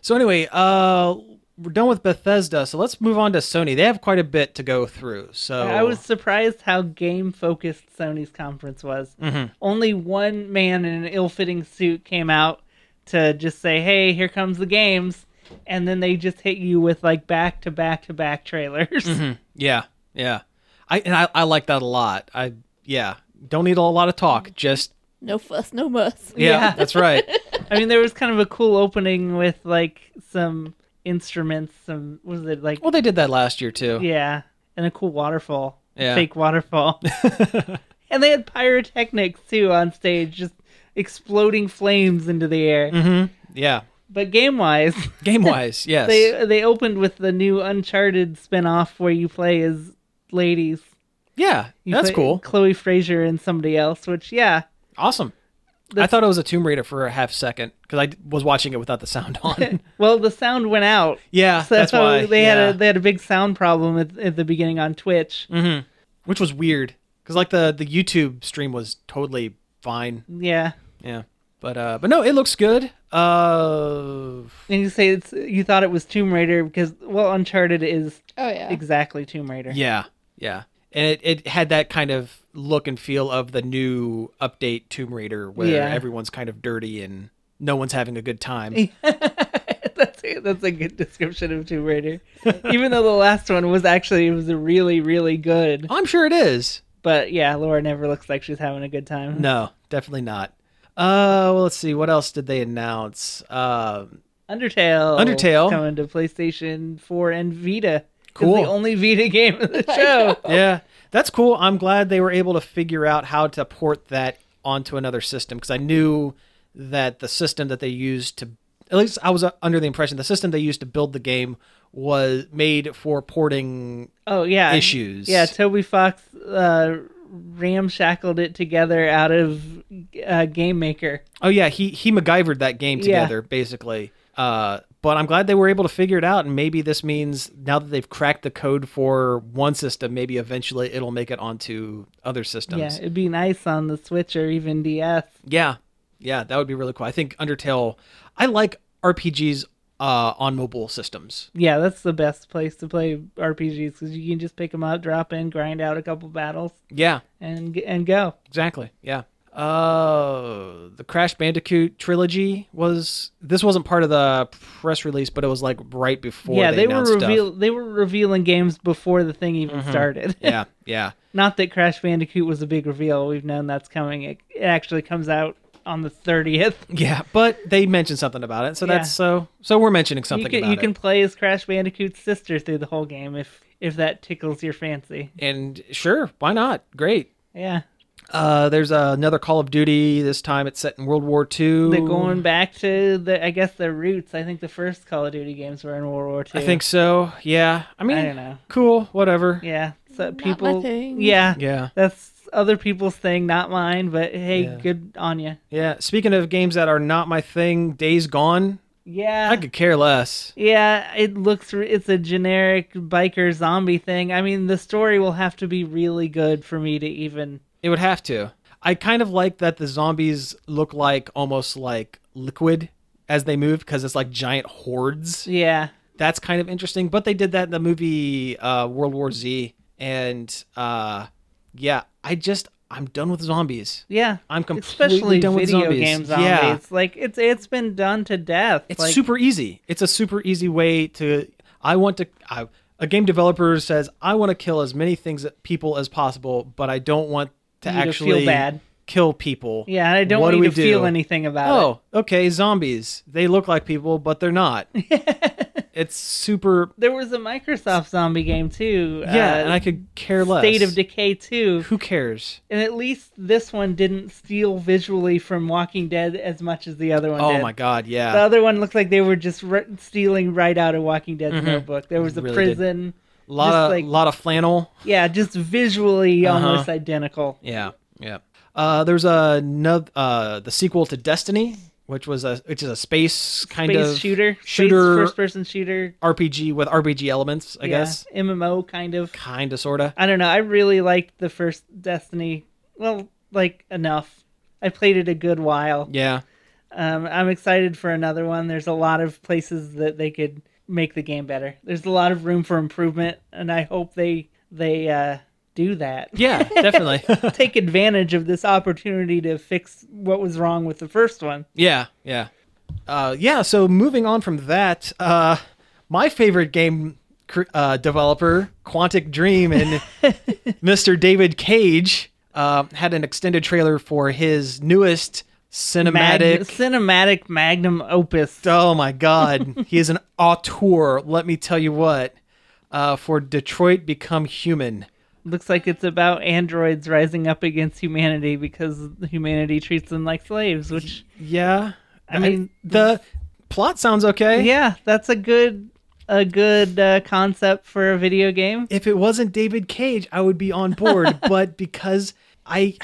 [SPEAKER 1] So anyway, uh we're done with Bethesda, so let's move on to Sony. They have quite a bit to go through. So
[SPEAKER 2] I was surprised how game focused Sony's conference was.
[SPEAKER 1] Mm-hmm.
[SPEAKER 2] Only one man in an ill fitting suit came out to just say, hey, here comes the games. And then they just hit you with like back to back to back trailers.
[SPEAKER 1] Mm-hmm. Yeah, yeah. I and I, I like that a lot. I yeah. Don't need a lot of talk. Just
[SPEAKER 3] No fuss, no muss.
[SPEAKER 1] yeah,
[SPEAKER 2] Yeah.
[SPEAKER 1] (laughs) that's
[SPEAKER 2] (laughs)
[SPEAKER 1] right.
[SPEAKER 2] (laughs) I mean, there was kind of a cool opening with like some instruments, some, was it like,
[SPEAKER 1] Well, they did that last year too.
[SPEAKER 2] yeah, and a cool waterfall,
[SPEAKER 1] Yeah. (laughs)
[SPEAKER 2] fake waterfall. (laughs) and they had pyrotechnics too on stage, just exploding flames into the
[SPEAKER 1] Mm.
[SPEAKER 2] air.
[SPEAKER 1] Mm-hmm. Yeah.
[SPEAKER 2] But game wise,
[SPEAKER 1] Game
[SPEAKER 2] (laughs)
[SPEAKER 1] wise, yes.
[SPEAKER 2] they uh, they opened with the new Uncharted spin-off where you play as ladies.
[SPEAKER 1] yeah,
[SPEAKER 2] You
[SPEAKER 1] that's
[SPEAKER 2] play
[SPEAKER 1] cool.
[SPEAKER 2] Chloe Fraser and somebody else, which yeah,
[SPEAKER 1] Awesome. I
[SPEAKER 2] That's-
[SPEAKER 1] thought it was a Tomb Raider for a half second because I d- was watching it without the
[SPEAKER 2] (laughs)
[SPEAKER 1] sound on.
[SPEAKER 2] well the sound went out.
[SPEAKER 1] yeah,
[SPEAKER 2] So
[SPEAKER 1] Ah, that's why
[SPEAKER 2] they
[SPEAKER 1] yeah. Mm-hmm.
[SPEAKER 2] had a they had a big sound problem at, at the beginning on Twitch.
[SPEAKER 1] which was weird because like the the YouTube stream was totally fine.
[SPEAKER 2] Yeah.
[SPEAKER 1] Yeah, but uh, but no, it looks good. Uh,
[SPEAKER 2] And you say it's you thought it was Tomb Raider because well Uncharted is
[SPEAKER 3] Oh yeah.
[SPEAKER 2] exactly Tomb Raider.
[SPEAKER 1] yeah, yeah, and it, it had that kind of look and feel of the new update Tomb Raider where
[SPEAKER 2] Yeah.
[SPEAKER 1] everyone's kind of dirty and no one's having a good time.
[SPEAKER 2] (laughs) that's a, that's a good description of
[SPEAKER 1] (laughs)
[SPEAKER 2] Tomb Raider. Even though the last one was actually it was really really good.
[SPEAKER 1] I'm sure it is.
[SPEAKER 2] But yeah, Laura never looks like she's having a good time.
[SPEAKER 1] No, definitely not. Uh, well, let's see. What else did they announce? Um,
[SPEAKER 2] Undertale.
[SPEAKER 1] Undertale.
[SPEAKER 2] coming to PlayStation 4 and Vita. It's
[SPEAKER 1] Cool.
[SPEAKER 2] The only Vita game of the
[SPEAKER 1] (laughs)
[SPEAKER 2] show.
[SPEAKER 1] yeah, that's cool. I'm glad they were able to figure out how to port that onto another system because I knew that the system that they used to, at least I was uh, under the impression the system they used to build the game was made for porting.
[SPEAKER 2] Oh yeah.
[SPEAKER 1] Issues.
[SPEAKER 2] Yeah, Toby Fox uh, ramshackled it together out of uh, Game Maker.
[SPEAKER 1] Oh yeah, he he MacGyvered that game
[SPEAKER 2] Yeah.
[SPEAKER 1] together basically. Uh, but I'm glad they were able to figure it out, and maybe this means now that they've cracked the code for one system, maybe eventually it'll make it onto other systems.
[SPEAKER 2] Yeah, it'd be nice on the Switch or even DS.
[SPEAKER 1] Yeah. Yeah, that would be really cool. I think Undertale I like RPGs uh on mobile systems.
[SPEAKER 2] Yeah, that's the best place to play RPGs because you can just pick them up, drop in, grind out a couple battles,
[SPEAKER 1] Yeah,
[SPEAKER 2] and and go.
[SPEAKER 1] exactly. Yeah. Uh the Crash Bandicoot trilogy was this wasn't part of the press release, but it was like right before
[SPEAKER 2] yeah,
[SPEAKER 1] they,
[SPEAKER 2] they were
[SPEAKER 1] announced stuff. Mm-hmm.
[SPEAKER 2] reveal they were revealing games before the thing even started.
[SPEAKER 1] Yeah, yeah.
[SPEAKER 2] Not that Crash Bandicoot was a big reveal. We've known that's coming. It, it actually comes out on the 30th.
[SPEAKER 1] Yeah, but they mentioned something about it. So
[SPEAKER 2] Yeah.
[SPEAKER 1] that's so so we're mentioning something
[SPEAKER 2] You can,
[SPEAKER 1] about
[SPEAKER 2] you can
[SPEAKER 1] it.
[SPEAKER 2] play as Crash Bandicoot's sister through the whole game if if that tickles your fancy.
[SPEAKER 1] And sure, why not? Great.
[SPEAKER 2] Yeah.
[SPEAKER 1] Uh there's another Call of Duty this time it's set in World War II.
[SPEAKER 2] They're going back to the I guess their roots. I think the first Call of Duty games were in World War II.
[SPEAKER 1] I think so. Yeah. I mean,
[SPEAKER 2] I don't know.
[SPEAKER 1] cool, whatever.
[SPEAKER 2] Yeah. So
[SPEAKER 3] my
[SPEAKER 2] people
[SPEAKER 3] thing.
[SPEAKER 2] Yeah.
[SPEAKER 1] Yeah.
[SPEAKER 2] That's other people's thing, not mine, but hey,
[SPEAKER 1] Yeah.
[SPEAKER 2] good on you.
[SPEAKER 1] Yeah. Speaking of games that are not my thing, Days Gone,
[SPEAKER 2] Yeah.
[SPEAKER 1] I could care less.
[SPEAKER 2] Yeah, it looks. re- It's a generic biker zombie thing. I mean, the story will have to be really good for me to even.
[SPEAKER 1] It would have to. I kind of like that the zombies look like almost like liquid as they move because it's like giant hordes.
[SPEAKER 2] Yeah,
[SPEAKER 1] That's kind of interesting. But they did that in the movie uh, World War Z. And uh, yeah, I just, I'm done with zombies.
[SPEAKER 2] yeah.
[SPEAKER 1] I'm completely
[SPEAKER 2] Especially
[SPEAKER 1] done with
[SPEAKER 2] video
[SPEAKER 1] zombies.
[SPEAKER 2] game zombies.
[SPEAKER 1] Yeah.
[SPEAKER 2] Like it's it's been done to death.
[SPEAKER 1] It's
[SPEAKER 2] like,
[SPEAKER 1] super easy. It's a super easy way to. I want to. I a game developer says, "I want to kill as many things people as possible, but I don't want to
[SPEAKER 2] You to feel
[SPEAKER 1] actually
[SPEAKER 2] bad.
[SPEAKER 1] kill people."
[SPEAKER 2] Yeah, and I don't
[SPEAKER 1] What
[SPEAKER 2] want
[SPEAKER 1] do
[SPEAKER 2] you
[SPEAKER 1] we
[SPEAKER 2] to feel
[SPEAKER 1] do?
[SPEAKER 2] anything about it.
[SPEAKER 1] Oh, okay, zombies. They look like people, but they're
[SPEAKER 2] (laughs)
[SPEAKER 1] not. it's super.
[SPEAKER 2] There was a Microsoft zombie game too.
[SPEAKER 1] Yeah,
[SPEAKER 2] uh,
[SPEAKER 1] and I could care less.
[SPEAKER 2] State of Decay 2.
[SPEAKER 1] Who cares?
[SPEAKER 2] And at least this one didn't steal visually from Walking Dead as much as the other one
[SPEAKER 1] Oh
[SPEAKER 2] did.
[SPEAKER 1] my god,
[SPEAKER 2] The
[SPEAKER 1] yeah.
[SPEAKER 2] other one looked like they were just r stealing right out of Walking Dead's notebook. There was a
[SPEAKER 1] Mm-hmm. Really did.
[SPEAKER 2] prison.
[SPEAKER 1] A lot
[SPEAKER 2] just
[SPEAKER 1] of
[SPEAKER 2] like-
[SPEAKER 1] lot of flannel.
[SPEAKER 2] Yeah, just visually
[SPEAKER 1] Uh-huh.
[SPEAKER 2] almost identical.
[SPEAKER 1] Yeah, yeah. Uh, there's a no, uh, the sequel to Destiny, which was a which is a space kind
[SPEAKER 2] Space
[SPEAKER 1] of
[SPEAKER 2] shooter,
[SPEAKER 1] shooter
[SPEAKER 2] first person shooter.
[SPEAKER 1] RPG with RPG elements, I
[SPEAKER 2] yeah,
[SPEAKER 1] guess.
[SPEAKER 2] MMO kind of.
[SPEAKER 1] Kinda,
[SPEAKER 2] (laughs)
[SPEAKER 1] sorta.
[SPEAKER 2] I don't know. I really liked the first Destiny. Well, like enough. I played it a good while.
[SPEAKER 1] Yeah,
[SPEAKER 2] Um, I'm excited for another one. There's a lot of places that they could make the game better. There's a lot of room for improvement, and I hope they they uh, do that.
[SPEAKER 1] yeah, definitely.
[SPEAKER 2] (laughs) Take advantage of this opportunity to fix what was wrong with the first one.
[SPEAKER 1] Yeah, yeah, uh, yeah. So moving on from that, uh, my favorite game cr- uh, developer, Quantic Dream, (laughs) and Mr. David Cage uh, had an extended trailer for his newest cinematic.
[SPEAKER 2] Mag- cinematic magnum opus.
[SPEAKER 1] oh my God, he (laughs) is an auteur. Let me tell you what. Uh, for Detroit Become Human.
[SPEAKER 2] Looks like it's about androids rising up against humanity because humanity treats them like slaves, which
[SPEAKER 1] Yeah,
[SPEAKER 2] I mean-
[SPEAKER 1] the plot sounds okay.
[SPEAKER 2] yeah, that's a good a good uh, concept for a video game.
[SPEAKER 1] if it wasn't David Cage, I would be on
[SPEAKER 2] (laughs)
[SPEAKER 1] board. but because I,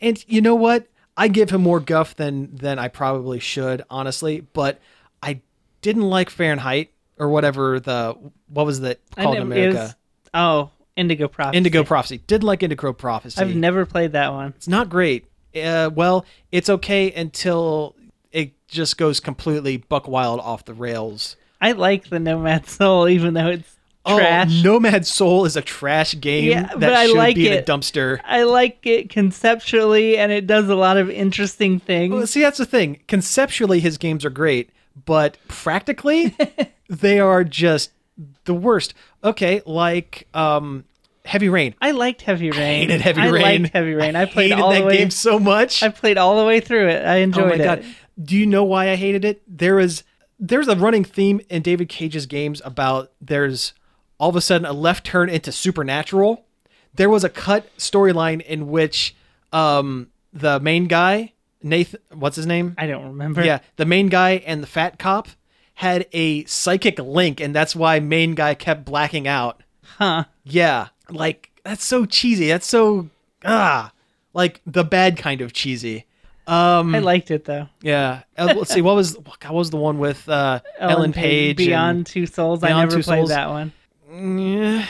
[SPEAKER 1] and you know what, I give him more guff than than I probably should, honestly. But I didn't like Fahrenheit or whatever the what was that
[SPEAKER 2] I
[SPEAKER 1] called in
[SPEAKER 2] never- it was-
[SPEAKER 1] America?
[SPEAKER 2] oh, Indigo Prophecy.
[SPEAKER 1] Indigo Prophecy. Did like Indigo Prophecy?
[SPEAKER 2] I've never played that one.
[SPEAKER 1] it's not great. Uh, well, it's okay until it just goes completely buck wild off the rails.
[SPEAKER 2] I like the Nomad Soul, even though it's trash.
[SPEAKER 1] Oh, Nomad Soul is a trash game
[SPEAKER 2] Yeah,
[SPEAKER 1] that
[SPEAKER 2] but I
[SPEAKER 1] should
[SPEAKER 2] like
[SPEAKER 1] be in a
[SPEAKER 2] it.
[SPEAKER 1] dumpster.
[SPEAKER 2] I like it conceptually, and it does a lot of interesting things.
[SPEAKER 1] Well, see, that's the thing. Conceptually, his games are great, but
[SPEAKER 2] (laughs)
[SPEAKER 1] practically, they are just the worst. Okay, like um, Heavy Rain.
[SPEAKER 2] I liked Heavy Rain. I
[SPEAKER 1] hated Heavy Rain.
[SPEAKER 2] I liked Heavy
[SPEAKER 1] (laughs)
[SPEAKER 2] Rain. I played
[SPEAKER 1] hated
[SPEAKER 2] all
[SPEAKER 1] that
[SPEAKER 2] the way.
[SPEAKER 1] game so much.
[SPEAKER 2] I played all the way through it. I enjoyed
[SPEAKER 1] oh my
[SPEAKER 2] it.
[SPEAKER 1] god! Do you know why I hated it? There is there's a running theme in David Cage's games about there's all of a sudden a left turn into supernatural. There was a cut storyline in which um, the main guy Nathan, what's his name?
[SPEAKER 2] I don't remember.
[SPEAKER 1] Yeah, the main guy and the fat cop had a psychic link, and that's why main guy kept blacking out.
[SPEAKER 2] Huh.
[SPEAKER 1] Yeah, like that's so cheesy. That's so ah, like the bad kind of cheesy. Um,
[SPEAKER 2] I liked it though.
[SPEAKER 1] yeah. Uh, let's see. What was (laughs) what was the one with uh, Ellen, Page? and-
[SPEAKER 2] Beyond Two Souls. I
[SPEAKER 1] Beyond
[SPEAKER 2] never
[SPEAKER 1] Two
[SPEAKER 2] played
[SPEAKER 1] Souls.
[SPEAKER 2] that one.
[SPEAKER 1] Yeah.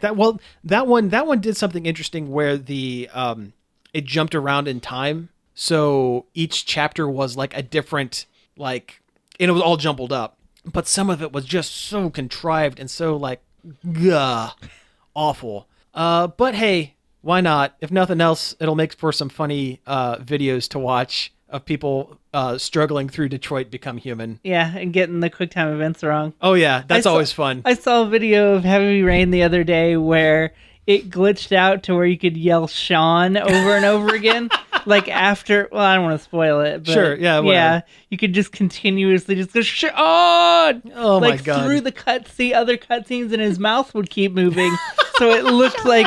[SPEAKER 1] that well, that one that one did something interesting where the um it jumped around in time. So each chapter was like a different like and it was all jumbled up. But some of it was just so contrived and so like gah, awful. Uh but hey, why not? If nothing else, it'll make for some funny uh videos to watch of people uh struggling through Detroit become human.
[SPEAKER 2] Yeah, and getting the QuickTime events wrong.
[SPEAKER 1] Oh yeah, that's
[SPEAKER 2] saw-
[SPEAKER 1] always fun.
[SPEAKER 2] I saw a video of Heavy Rain the other day where it glitched out to where you could yell Sean over and
[SPEAKER 1] (laughs)
[SPEAKER 2] over again. Like after, well, I don't want to spoil it, but
[SPEAKER 1] Sure, yeah, whatever.
[SPEAKER 2] yeah, you could just continuously just go Sean,
[SPEAKER 1] Oh, my
[SPEAKER 2] like
[SPEAKER 1] God.
[SPEAKER 2] through the cutscene, other cutscenes, and his mouth would keep moving, so it looked like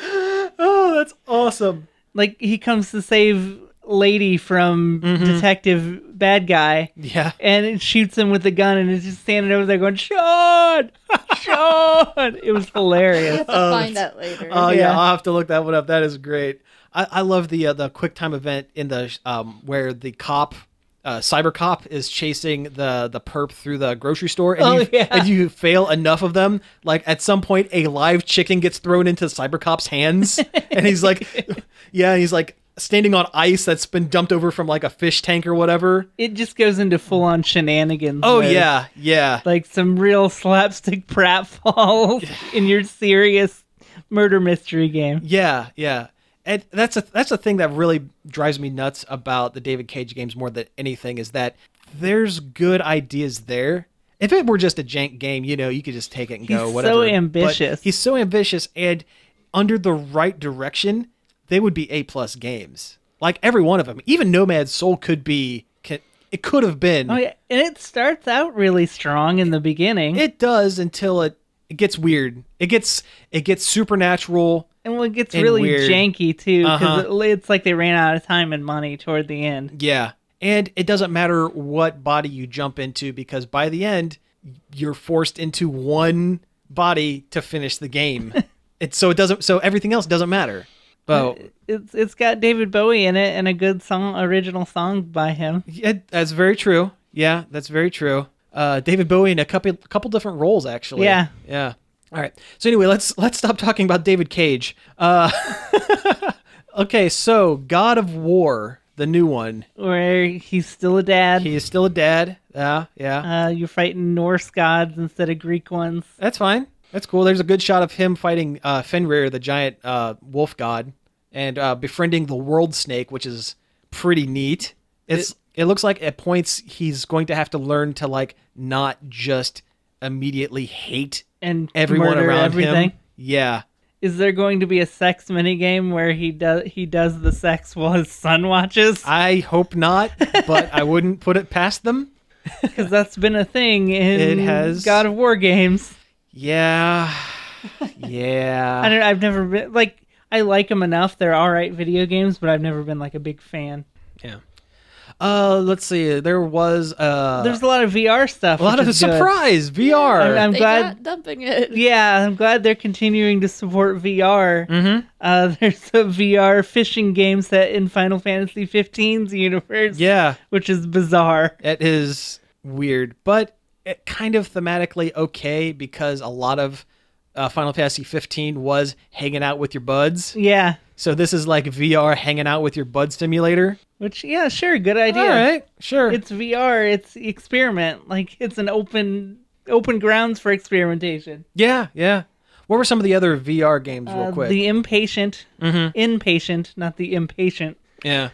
[SPEAKER 1] oh, that's awesome.
[SPEAKER 2] like he comes to save lady from
[SPEAKER 1] Mm-hmm.
[SPEAKER 2] detective bad guy
[SPEAKER 1] Yeah.
[SPEAKER 2] and it shoots him with a gun and it's just standing over there going sean sean it was hilarious
[SPEAKER 3] I'll find that later.
[SPEAKER 1] Oh yeah.
[SPEAKER 2] Yeah.
[SPEAKER 1] I'll have to look that one up. That is great. I, I love the uh, the quick time event in the um where the cop. Uh, cyber cop is chasing the the perp through the grocery store and,
[SPEAKER 2] Oh,
[SPEAKER 1] you,
[SPEAKER 2] yeah.
[SPEAKER 1] and you fail enough of them like at some point a live chicken gets thrown into cyber cop's hands and he's like (laughs) yeah he's like standing on ice that's been dumped over from like a fish tank or whatever
[SPEAKER 2] it just goes into full-on shenanigans
[SPEAKER 1] oh
[SPEAKER 2] mode.
[SPEAKER 1] yeah yeah
[SPEAKER 2] like some real slapstick (laughs) pratfalls in your serious murder mystery game
[SPEAKER 1] Yeah, yeah. And that's a that's a thing that really drives me nuts about the David Cage games more than anything is that there's good ideas there. If it were just a jank game, you know, you could just take it and
[SPEAKER 2] He's
[SPEAKER 1] go.
[SPEAKER 2] so
[SPEAKER 1] Whatever. But
[SPEAKER 2] ambitious.
[SPEAKER 1] he's so ambitious, and under the right direction, they would be A plus games. Like every one of them, even Nomad Soul could be. Can, it could have been.
[SPEAKER 2] Oh yeah, and it starts out really strong in the beginning,
[SPEAKER 1] It does until it it gets weird. It gets it gets supernatural.
[SPEAKER 2] and well, it gets
[SPEAKER 1] and
[SPEAKER 2] really
[SPEAKER 1] weird.
[SPEAKER 2] janky too because
[SPEAKER 1] Uh-huh.
[SPEAKER 2] it's like they ran out of time and money toward the end.
[SPEAKER 1] Yeah. And it doesn't matter what body you jump into because by the end, you're forced into one body to finish the game. it's so it doesn't so everything else doesn't matter. But
[SPEAKER 2] It's it's got David Bowie in it and a good song, original song by him.
[SPEAKER 1] yeah, that's very true. Yeah, that's very true. Uh, David Bowie in a couple couple different roles actually.
[SPEAKER 2] Yeah.
[SPEAKER 1] Yeah. All right. So anyway, let's let's stop talking about David Cage. Uh, (laughs) okay, so God of War, the new one.
[SPEAKER 2] Where he's still a dad.
[SPEAKER 1] He is still a dad. Yeah, yeah.
[SPEAKER 2] uh, you're fighting Norse gods instead of Greek ones.
[SPEAKER 1] That's fine. That's cool. There's a good shot of him fighting uh, Fenrir, the giant uh, wolf god, and uh, befriending the world snake, which is pretty neat. It's it, looks like at points he's going to have to learn to like not just immediately hate
[SPEAKER 2] And
[SPEAKER 1] everyone
[SPEAKER 2] murder
[SPEAKER 1] around
[SPEAKER 2] everything.
[SPEAKER 1] him. Yeah.
[SPEAKER 2] Is there going to be a sex minigame where he does he does the sex while his son watches?
[SPEAKER 1] I hope not, but I wouldn't put it past them.
[SPEAKER 2] Because that's been a thing in
[SPEAKER 1] It has-
[SPEAKER 2] God of War games. (laughs)
[SPEAKER 1] Yeah.
[SPEAKER 2] I
[SPEAKER 1] Yeah.
[SPEAKER 2] don't. I've never been like I like them enough. They're all right video games, but I've never been like a big fan.
[SPEAKER 1] Yeah. Uh, let's see. There was uh,
[SPEAKER 2] There's a lot of VR stuff.
[SPEAKER 1] a lot of
[SPEAKER 2] which is good.
[SPEAKER 1] surprise VR.
[SPEAKER 2] I'm
[SPEAKER 3] they
[SPEAKER 2] glad-
[SPEAKER 3] got dumping it.
[SPEAKER 2] Yeah, I'm glad they're continuing to support VR.
[SPEAKER 1] Mhm.
[SPEAKER 2] Uh, (laughs) there's a VR fishing game set in Final Fantasy 15's universe,
[SPEAKER 1] yeah.
[SPEAKER 2] which is bizarre.
[SPEAKER 1] It is weird, but it kind of thematically okay because a lot of uh, Final Fantasy 15 was hanging out with your buds.
[SPEAKER 2] Yeah,
[SPEAKER 1] So this is like VR hanging out with your bud simulator.
[SPEAKER 2] which yeah, sure, good idea.
[SPEAKER 1] All right, sure.
[SPEAKER 2] It's VR. It's experiment. Like it's an open open grounds for experimentation.
[SPEAKER 1] yeah, yeah. What were some of the other VR games, real
[SPEAKER 2] Uh,
[SPEAKER 1] quick? Mm-hmm.
[SPEAKER 2] The impatient, inpatient, not the impatient,
[SPEAKER 1] yeah,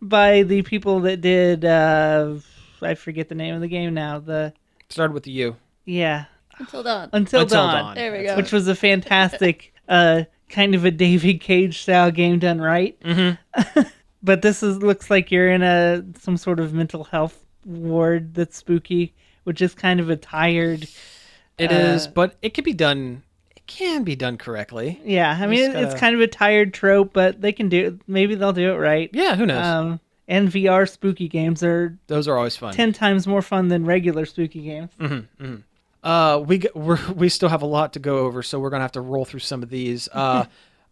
[SPEAKER 2] by the people that did. Uh, I forget the name of the game now. The
[SPEAKER 1] started with the U.
[SPEAKER 2] yeah,
[SPEAKER 3] Until dawn.
[SPEAKER 2] until,
[SPEAKER 1] Until
[SPEAKER 2] dawn.
[SPEAKER 1] Dawn.
[SPEAKER 3] There we
[SPEAKER 1] That's
[SPEAKER 3] go.
[SPEAKER 2] which was a fantastic (laughs) uh kind of a David Cage style game done right. Mm-hmm. (laughs) but this is looks like you're in a some sort of mental health ward that's spooky, which is kind of a tired. Uh,
[SPEAKER 1] It is, but it can be done. It can be done correctly.
[SPEAKER 2] Yeah, I mean
[SPEAKER 1] Just
[SPEAKER 2] it's
[SPEAKER 1] gotta-
[SPEAKER 2] kind of a tired trope, but they can do it. Maybe they'll do it right.
[SPEAKER 1] Yeah, who knows?
[SPEAKER 2] Um, and VR spooky games are
[SPEAKER 1] Those are always fun.
[SPEAKER 2] ten times more fun than regular spooky games.
[SPEAKER 1] Mm. Uh, we g- we're, (laughs) we still have a lot to go over, so we're gonna have to roll through some of these.
[SPEAKER 2] (laughs)
[SPEAKER 1] Uh,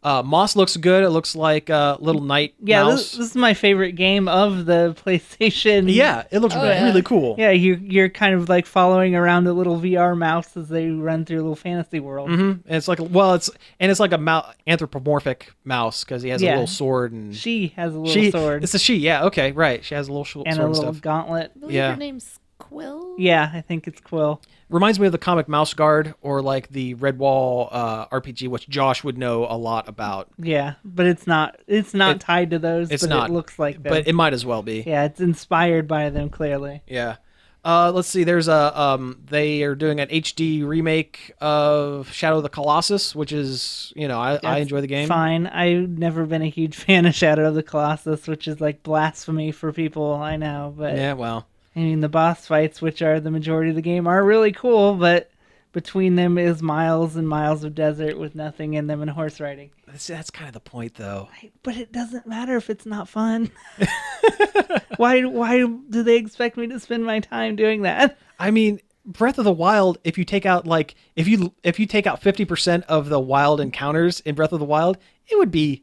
[SPEAKER 1] uh, Moss looks good. It looks like uh, little night
[SPEAKER 2] Mm, Yeah,
[SPEAKER 1] mouse.
[SPEAKER 2] this, this is my favorite game of the (laughs) PlayStation.
[SPEAKER 1] yeah, it looks
[SPEAKER 3] Oh,
[SPEAKER 1] really,
[SPEAKER 3] yeah.
[SPEAKER 1] cool.
[SPEAKER 2] Yeah, you you're kind of like following around a little VR mouse as they run through a little fantasy world.
[SPEAKER 1] Mhm. And it's like well, it's and it's like a mou- anthropomorphic mouse because he has a
[SPEAKER 2] Yeah.
[SPEAKER 1] little sword and
[SPEAKER 2] She has a little
[SPEAKER 1] she.
[SPEAKER 2] sword
[SPEAKER 1] It's a she. Yeah. Okay. Right. She has a little sh-
[SPEAKER 2] and
[SPEAKER 1] sword
[SPEAKER 2] a
[SPEAKER 1] and
[SPEAKER 2] little
[SPEAKER 1] stuff.
[SPEAKER 2] gauntlet.
[SPEAKER 3] I believe
[SPEAKER 1] Yeah.
[SPEAKER 3] her name's Quill.
[SPEAKER 2] Yeah, I think it's Quill.
[SPEAKER 1] Reminds me of the comic Mouse Guard or like the Redwall uh, RPG, which Josh would know a lot about,
[SPEAKER 2] Yeah, but it's not it's not
[SPEAKER 1] It-
[SPEAKER 2] tied to those.
[SPEAKER 1] it's
[SPEAKER 2] but
[SPEAKER 1] not,
[SPEAKER 2] It looks like them.
[SPEAKER 1] but it might as well be.
[SPEAKER 2] yeah, it's inspired by them clearly.
[SPEAKER 1] Yeah. Uh, let's see. There's a um, they are doing an HD remake of Shadow of the Colossus, which is you know I, I
[SPEAKER 2] That's
[SPEAKER 1] enjoy the game.
[SPEAKER 2] Fine. I've never been a huge (laughs) fan of Shadow of the Colossus, which is like blasphemy for people. I know, but
[SPEAKER 1] Yeah. Well.
[SPEAKER 2] I mean, the boss fights, which are the majority of the game, are really cool, but between them is miles and miles of desert with nothing in them and horse riding.
[SPEAKER 1] That's, that's kind of the point, though.
[SPEAKER 2] But it doesn't matter if it's not (laughs) fun. why? Why do they expect me to spend my time doing that?
[SPEAKER 1] I mean, Breath of the Wild. If you take out like if you if you take out fifty percent of the wild encounters in Breath of the Wild, it would be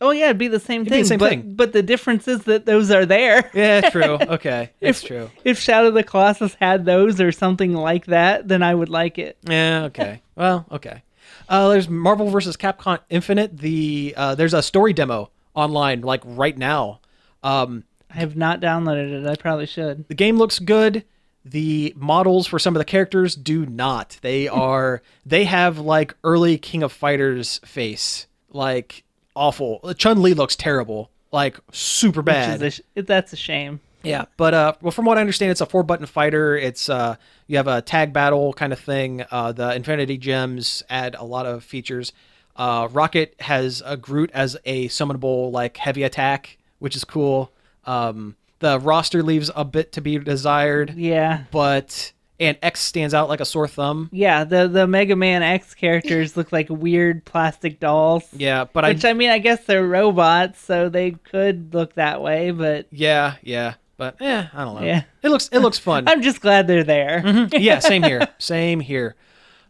[SPEAKER 2] Oh yeah, it'd be the same
[SPEAKER 1] It'd be
[SPEAKER 2] thing.
[SPEAKER 1] the same
[SPEAKER 2] but,
[SPEAKER 1] thing.
[SPEAKER 2] but the difference is that those are there.
[SPEAKER 1] yeah true. okay, it's
[SPEAKER 2] If-
[SPEAKER 1] true.
[SPEAKER 2] If Shadow of the Colossus had those or something like that, then I would like it.
[SPEAKER 1] Yeah. Okay. well. Okay. Uh, there's Marvel vs. Capcom Infinite. The uh, there's a story demo online like right now. Um,
[SPEAKER 2] I have not downloaded it. I probably should.
[SPEAKER 1] the game looks good the models for some of the characters do not they are they have like early king of fighters face like awful chun li looks terrible like super
[SPEAKER 2] Which
[SPEAKER 1] bad
[SPEAKER 2] is a sh- that's a shame.
[SPEAKER 1] Yeah, but uh, well, from what I understand, it's a four-button fighter. It's uh, you have a tag battle kind of thing. Uh, the Infinity Gems add a lot of features. Uh, Rocket has a Groot as a summonable like heavy attack, which is cool. Um, the roster leaves a bit to be desired,
[SPEAKER 2] Yeah.
[SPEAKER 1] but and X stands out like a sore thumb.
[SPEAKER 2] Yeah, the the Mega Man X characters look like weird plastic dolls.
[SPEAKER 1] Yeah, but I
[SPEAKER 2] Which I mean, I guess they're robots, so they could look that way, but
[SPEAKER 1] yeah yeah, but eh, I don't know.
[SPEAKER 2] Yeah.
[SPEAKER 1] it looks it looks
[SPEAKER 2] (laughs)
[SPEAKER 1] fun.
[SPEAKER 2] I'm just glad they're there.
[SPEAKER 1] yeah, same here, same here.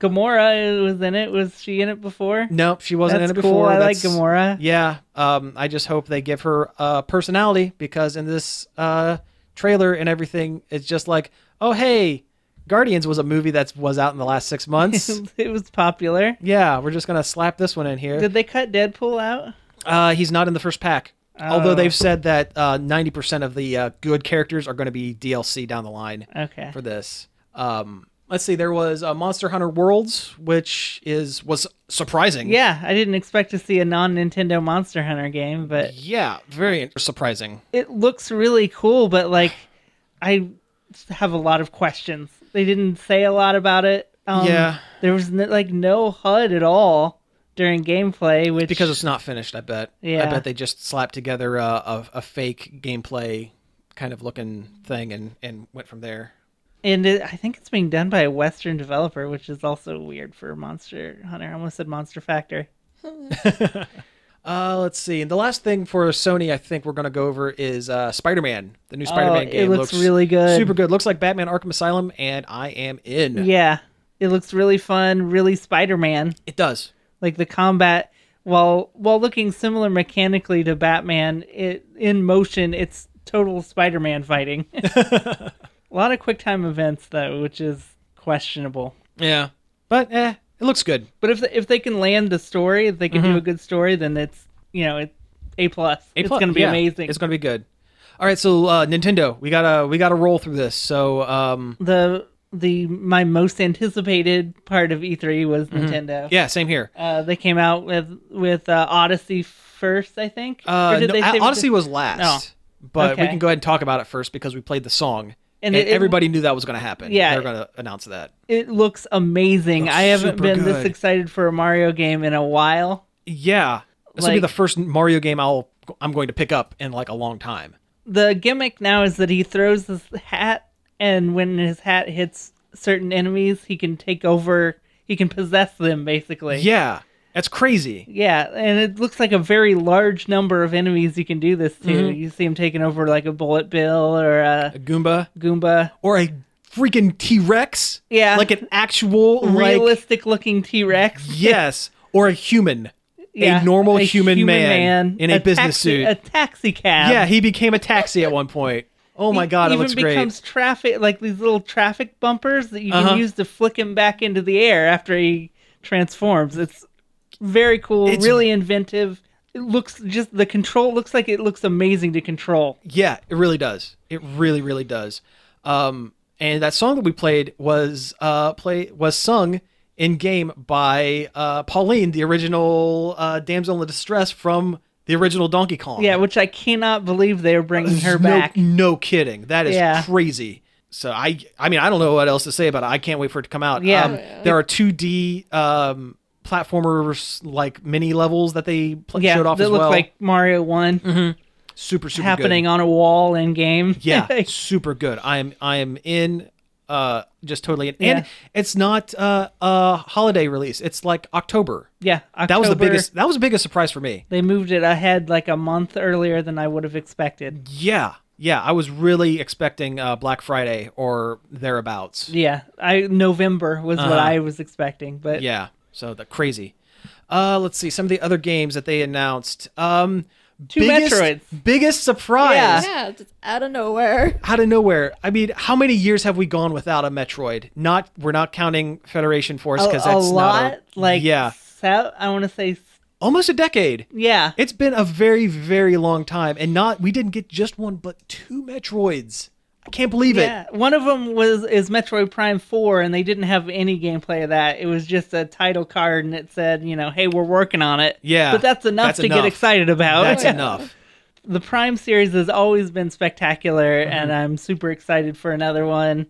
[SPEAKER 2] Gamora was in it. Was she in it before?
[SPEAKER 1] Nope, she wasn't
[SPEAKER 2] That's
[SPEAKER 1] in it
[SPEAKER 2] cool.
[SPEAKER 1] before.
[SPEAKER 2] I like
[SPEAKER 1] That's-
[SPEAKER 2] Gamora.
[SPEAKER 1] Yeah, um, I just hope they give her uh, personality because in this uh, trailer and everything, it's just like, oh hey, Guardians was a movie that was out in the last six
[SPEAKER 2] (laughs)
[SPEAKER 1] months.
[SPEAKER 2] it was popular.
[SPEAKER 1] yeah, we're just gonna slap this one in here.
[SPEAKER 2] Did they cut Deadpool out?
[SPEAKER 1] Uh, he's not in the first pack, although
[SPEAKER 2] Oh.
[SPEAKER 1] they've said that ninety percent of the uh, good characters are going to be DLC down the line
[SPEAKER 2] Okay.
[SPEAKER 1] for this. Um, let's see, there was uh, Monster Hunter Worlds, which is was surprising.
[SPEAKER 2] Yeah, I didn't expect to see a non Nintendo Monster Hunter game, but
[SPEAKER 1] Yeah, very surprising.
[SPEAKER 2] it looks really cool. But like, I have a lot of questions. They didn't say a lot about it. Um,
[SPEAKER 1] Yeah.
[SPEAKER 2] there was no, like no HUD at all during gameplay, which
[SPEAKER 1] because it's not finished. I bet. I
[SPEAKER 2] Yeah.
[SPEAKER 1] bet they just slapped together a, a, a fake gameplay kind of looking thing and and went from there.
[SPEAKER 2] and it, I think it's being done by a Western developer, which is also weird for Monster Hunter. I almost said Monster Factor.
[SPEAKER 1] Uh, let's see. And the last thing for Sony, I think we're gonna go over is uh, Spider-Man. The new Spider-Man
[SPEAKER 2] Oh, it
[SPEAKER 1] game
[SPEAKER 2] looks really good.
[SPEAKER 1] super good. Looks like Batman: Arkham Asylum, and I am in.
[SPEAKER 2] Yeah, it looks really fun, really Spider Man.
[SPEAKER 1] It does.
[SPEAKER 2] like the combat while while looking similar mechanically to Batman, it in motion it's total
[SPEAKER 1] (laughs)
[SPEAKER 2] Spider-Man fighting. a lot of quick time events though, which is questionable.
[SPEAKER 1] Yeah, but eh, it looks good.
[SPEAKER 2] But if if they can land the story, if they can do a good story, then it's you know it's a plus.
[SPEAKER 1] Mm-hmm. A
[SPEAKER 2] It's
[SPEAKER 1] plus,
[SPEAKER 2] going to be
[SPEAKER 1] yeah.
[SPEAKER 2] amazing.
[SPEAKER 1] It's gonna be good. All right, so uh, Nintendo, we gotta we gotta roll through this. So um,
[SPEAKER 2] the the my most anticipated part of E3 was Nintendo.
[SPEAKER 1] Mm-hmm. yeah, same here.
[SPEAKER 2] Uh, they came out with with uh, Odyssey first, I think.
[SPEAKER 1] Uh,
[SPEAKER 2] Or did
[SPEAKER 1] no,
[SPEAKER 2] they
[SPEAKER 1] I-
[SPEAKER 2] save it to-
[SPEAKER 1] Odyssey was last, but we
[SPEAKER 2] Okay.
[SPEAKER 1] can go ahead and talk about it first because we played the song, and,
[SPEAKER 2] And it- it-
[SPEAKER 1] everybody knew that was going to happen.
[SPEAKER 2] Yeah.
[SPEAKER 1] they're going to announce that.
[SPEAKER 2] it looks amazing.
[SPEAKER 1] Looks
[SPEAKER 2] I haven't
[SPEAKER 1] super
[SPEAKER 2] been this
[SPEAKER 1] good.
[SPEAKER 2] excited for a Mario game in a while.
[SPEAKER 1] Yeah, this will be
[SPEAKER 2] Like-
[SPEAKER 1] the first Mario game I'll I'm going to pick up in like a long time.
[SPEAKER 2] The gimmick now is that he throws his hat, and when his hat hits certain enemies, he can take over. He can possess them, basically.
[SPEAKER 1] Yeah, that's crazy.
[SPEAKER 2] Yeah, and it looks like a very large number of enemies you can do this to.
[SPEAKER 1] Mm-hmm.
[SPEAKER 2] You see him taking over like a Bullet Bill or
[SPEAKER 1] A
[SPEAKER 2] a
[SPEAKER 1] Goomba
[SPEAKER 2] Goomba,
[SPEAKER 1] or a freaking T Rex.
[SPEAKER 2] Yeah.
[SPEAKER 1] like an actual like-
[SPEAKER 2] realistic-looking T Rex.
[SPEAKER 1] yes, or a human.
[SPEAKER 2] Yeah,
[SPEAKER 1] normal human man in a business
[SPEAKER 2] taxi-
[SPEAKER 1] suit.
[SPEAKER 2] a taxi cab.
[SPEAKER 1] Yeah, he became a taxi at one point. Oh my god, it
[SPEAKER 2] e- even
[SPEAKER 1] looks great.
[SPEAKER 2] becomes traffic like these little traffic bumpers that you
[SPEAKER 1] Uh-huh.
[SPEAKER 2] can use to flick him back into the air after he transforms. It's very cool,
[SPEAKER 1] It's-
[SPEAKER 2] really inventive. It looks just the control looks like it looks amazing to control.
[SPEAKER 1] Yeah, it really does. It really, really does. Um, and that song that we played was uh, play was sung in game by uh, Pauline, the original uh, damsel in distress from the original Donkey Kong.
[SPEAKER 2] Yeah, which I cannot believe they're bringing her back.
[SPEAKER 1] No, no kidding. That is
[SPEAKER 2] Yeah.
[SPEAKER 1] crazy. So I, I mean, I don't know what else to say about it. I can't wait for it to come out.
[SPEAKER 2] Yeah.
[SPEAKER 1] Um, there are 2D um, platformers like mini levels that they pl-
[SPEAKER 2] Yeah,
[SPEAKER 1] showed off
[SPEAKER 2] that
[SPEAKER 1] as
[SPEAKER 2] look
[SPEAKER 1] well.
[SPEAKER 2] like Mario One
[SPEAKER 1] super, super good.
[SPEAKER 2] happening on a wall in game. (laughs)
[SPEAKER 1] yeah super good i am i am in uh just totally in. and
[SPEAKER 2] Yeah.
[SPEAKER 1] it's not uh a holiday release it's like october
[SPEAKER 2] yeah.
[SPEAKER 1] that was the
[SPEAKER 2] October,
[SPEAKER 1] biggest that was the biggest surprise for me
[SPEAKER 2] They moved it ahead like a month earlier than I would have expected.
[SPEAKER 1] yeah yeah i was really expecting uh black friday or thereabouts
[SPEAKER 2] Yeah, I November was
[SPEAKER 1] Uh-huh.
[SPEAKER 2] what I was expecting, but
[SPEAKER 1] yeah so the crazy uh let's see some of the other games that they announced um
[SPEAKER 2] Two
[SPEAKER 1] biggest,
[SPEAKER 2] Metroids.
[SPEAKER 1] biggest surprise
[SPEAKER 2] Yeah.
[SPEAKER 3] Yeah, just out of nowhere.
[SPEAKER 1] out of nowhere i mean how many years have we gone without a metroid not we're not counting federation force
[SPEAKER 2] a,
[SPEAKER 1] because
[SPEAKER 2] a
[SPEAKER 1] that's
[SPEAKER 2] lot
[SPEAKER 1] not a,
[SPEAKER 2] like
[SPEAKER 1] yeah
[SPEAKER 2] se- i want to say s-
[SPEAKER 1] almost a decade.
[SPEAKER 2] yeah
[SPEAKER 1] It's been a very, very long time, and not we didn't get just one, but two Metroids. I can't believe
[SPEAKER 2] yeah
[SPEAKER 1] it.
[SPEAKER 2] one of them was is metroid prime 4 and they didn't have any gameplay of that it was just a title card and it said you know hey we're working on it
[SPEAKER 1] Yeah,
[SPEAKER 2] but that's enough
[SPEAKER 1] that's
[SPEAKER 2] to
[SPEAKER 1] enough.
[SPEAKER 2] get excited about
[SPEAKER 1] That's
[SPEAKER 3] yeah.
[SPEAKER 1] enough. (laughs)
[SPEAKER 2] the Prime series has always been spectacular,
[SPEAKER 1] Mm-hmm.
[SPEAKER 2] and I'm super excited for another one.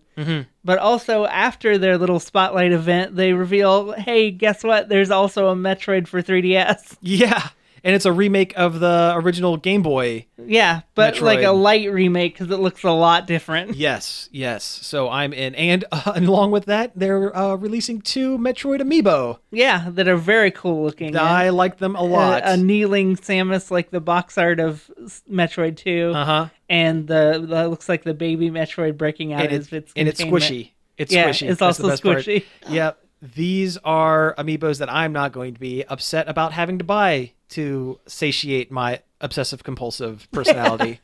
[SPEAKER 2] But also, after their little spotlight event, they reveal hey, guess what? There's also a Metroid for 3DS.
[SPEAKER 1] Yeah. And it's a remake of the original Game Boy.
[SPEAKER 2] Yeah, but like a
[SPEAKER 1] Metroid.
[SPEAKER 2] light remake because it looks a lot different.
[SPEAKER 1] Yes, yes. So I'm in. And, (laughs) uh, and along with that, they're uh, releasing two Metroid Amiibo.
[SPEAKER 2] Yeah, that are very cool looking.
[SPEAKER 1] I like them a lot.
[SPEAKER 2] A, a kneeling Samus, like the box art of s- Metroid 2.
[SPEAKER 1] Uh huh.
[SPEAKER 2] and the, the it looks like the baby Metroid breaking out
[SPEAKER 1] And,
[SPEAKER 2] of
[SPEAKER 1] it,
[SPEAKER 2] its
[SPEAKER 1] and it's
[SPEAKER 2] containment.
[SPEAKER 1] squishy. It's
[SPEAKER 2] Yeah,
[SPEAKER 1] squishy.
[SPEAKER 2] it's
[SPEAKER 1] That's the
[SPEAKER 2] also
[SPEAKER 1] best part.
[SPEAKER 2] squishy.
[SPEAKER 1] (laughs) Yep. These are amiibos that I'm not going to be upset about having to buy to satiate my obsessive
[SPEAKER 2] (laughs)
[SPEAKER 1] compulsive personality.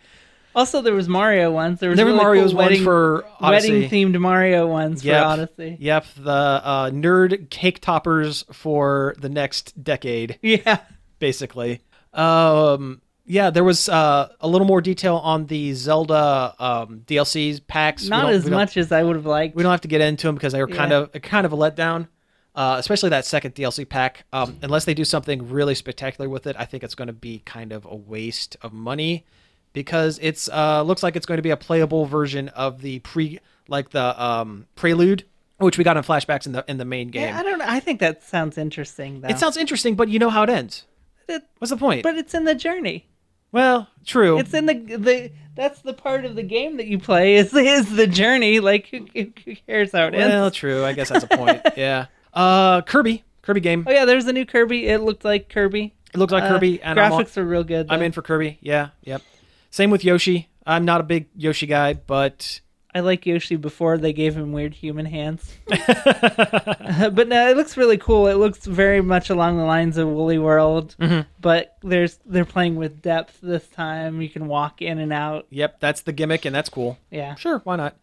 [SPEAKER 2] Also, there was Mario ones. There was
[SPEAKER 1] there were
[SPEAKER 2] really
[SPEAKER 1] Mario's
[SPEAKER 2] cool
[SPEAKER 1] one
[SPEAKER 2] wedding,
[SPEAKER 1] for Odyssey.
[SPEAKER 2] wedding themed Mario ones
[SPEAKER 1] Yep.
[SPEAKER 2] for Odyssey.
[SPEAKER 1] Yep, the uh, nerd cake toppers for the next decade,
[SPEAKER 2] (laughs) Yeah,
[SPEAKER 1] basically. Um, yeah, there was uh, a little more detail on the Zelda um, DLCs packs. We
[SPEAKER 2] not
[SPEAKER 1] don't-
[SPEAKER 2] as
[SPEAKER 1] we don't-
[SPEAKER 2] much as I would have liked.
[SPEAKER 1] we don't have to get into them because they were kind
[SPEAKER 2] Yeah.
[SPEAKER 1] of kind of a letdown, uh, especially that second DLC pack. Um, unless they do something really spectacular with it, I think it's going to be kind of a waste of money because it's uh, looks like it's going to be a playable version of the pre like the um, prelude, which we got in flashbacks in the in the main game.
[SPEAKER 2] Yeah, I don't. know. I think that sounds interesting though.
[SPEAKER 1] it sounds interesting, but you know how it ends.
[SPEAKER 2] It-
[SPEAKER 1] What's the point?
[SPEAKER 2] but it's in the journey.
[SPEAKER 1] well, true.
[SPEAKER 2] It's in the the. That's the part of the game that you play is (laughs) is the journey. Like who, who who cares how it ends?
[SPEAKER 1] well, true. I guess that's a
[SPEAKER 2] (laughs)
[SPEAKER 1] point. yeah. Uh, Kirby, Kirby game.
[SPEAKER 2] Oh yeah, there was a new Kirby. It looked like Kirby.
[SPEAKER 1] It looks like
[SPEAKER 2] Uh,
[SPEAKER 1] Kirby. And I'm all-
[SPEAKER 2] graphics are real good.
[SPEAKER 1] I'm
[SPEAKER 2] though.
[SPEAKER 1] in for Kirby. Yeah, yep. Same with Yoshi. I'm not a big Yoshi guy, but (laughs)
[SPEAKER 2] I like Yoshi before they gave him weird human hands. (laughs) but no, it looks really cool. It looks very much along the lines of Woolly World,
[SPEAKER 1] Mm-hmm.
[SPEAKER 2] but there's they're playing with depth this time. You can walk in and out.
[SPEAKER 1] yep, that's the gimmick and that's cool.
[SPEAKER 2] Yeah.
[SPEAKER 1] Sure, why not?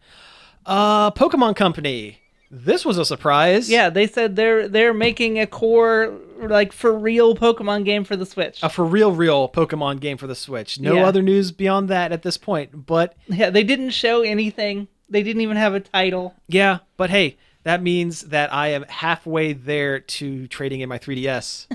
[SPEAKER 1] Uh Pokemon Company. This was a surprise.
[SPEAKER 2] Yeah, they said they're they're making a core like for real Pokemon game for the Switch.
[SPEAKER 1] A for real real Pokemon game for the Switch. No
[SPEAKER 2] Yeah.
[SPEAKER 1] other news beyond that at this point, but
[SPEAKER 2] Yeah, they didn't show anything. They didn't even have a title.
[SPEAKER 1] yeah, but hey, that means that I am halfway there to trading in my
[SPEAKER 2] (laughs)
[SPEAKER 1] 3DS.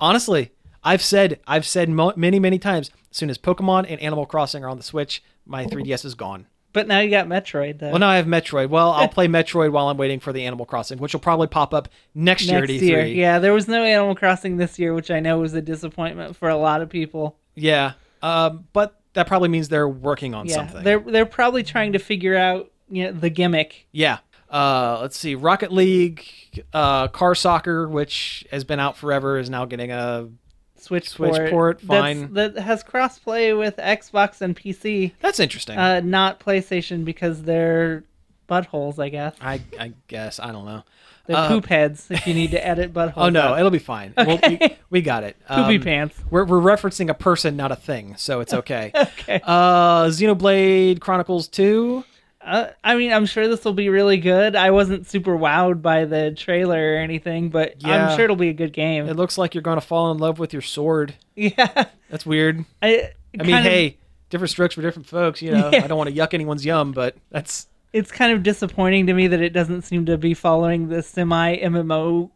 [SPEAKER 1] Honestly, I've said I've said mo- many many times as soon as Pokemon and Animal Crossing are on the Switch, my 3DS is gone.
[SPEAKER 2] But now you got Metroid though.
[SPEAKER 1] Well, now I have Metroid. Well, I'll
[SPEAKER 2] (laughs)
[SPEAKER 1] play Metroid while I'm waiting for the Animal Crossing, which will probably pop up next, year E at E3.
[SPEAKER 2] Next year, yeah, there was no Animal Crossing this year, which I know was a disappointment for a lot of people.
[SPEAKER 1] Yeah. Um, but that probably means they're working on
[SPEAKER 2] yeah,
[SPEAKER 1] something.
[SPEAKER 2] They're they're probably trying to figure out you know, the gimmick.
[SPEAKER 1] Yeah. Uh, let's see. Rocket League, uh, Car Soccer, which has been out forever, is now getting a.
[SPEAKER 2] Switch
[SPEAKER 1] Switch port,
[SPEAKER 2] that's-
[SPEAKER 1] fine.
[SPEAKER 2] That has crossplay with Xbox and PC,
[SPEAKER 1] That's interesting.
[SPEAKER 2] uh, not PlayStation because they're buttholes, I guess.
[SPEAKER 1] I, I guess I don't know.
[SPEAKER 2] They're
[SPEAKER 1] Uh,
[SPEAKER 2] poop heads. If you need to edit buttholes.
[SPEAKER 1] (laughs) Oh no,
[SPEAKER 2] out.
[SPEAKER 1] it'll be fine. We'll-
[SPEAKER 2] (laughs)
[SPEAKER 1] we, we got it.
[SPEAKER 2] poopy
[SPEAKER 1] Um,
[SPEAKER 2] pants.
[SPEAKER 1] We're, we're referencing a person, not a thing, so
[SPEAKER 2] (laughs)
[SPEAKER 1] it's okay.
[SPEAKER 2] Okay.
[SPEAKER 1] Uh, Xenoblade Chronicles Two.
[SPEAKER 2] Uh, I mean, I'm sure this will be really good. I wasn't super wowed by the trailer or anything, but
[SPEAKER 1] Yeah.
[SPEAKER 2] I'm sure it'll be a good game.
[SPEAKER 1] It looks like you're going to fall in love with your sword.
[SPEAKER 2] (laughs) yeah.
[SPEAKER 1] That's weird.
[SPEAKER 2] I,
[SPEAKER 1] I mean, hey, different strokes for different folks. You know,
[SPEAKER 2] (laughs) Yeah.
[SPEAKER 1] I don't want to yuck anyone's yum, but that's
[SPEAKER 2] it's kind of disappointing to me that it doesn't seem to be following the semi MMO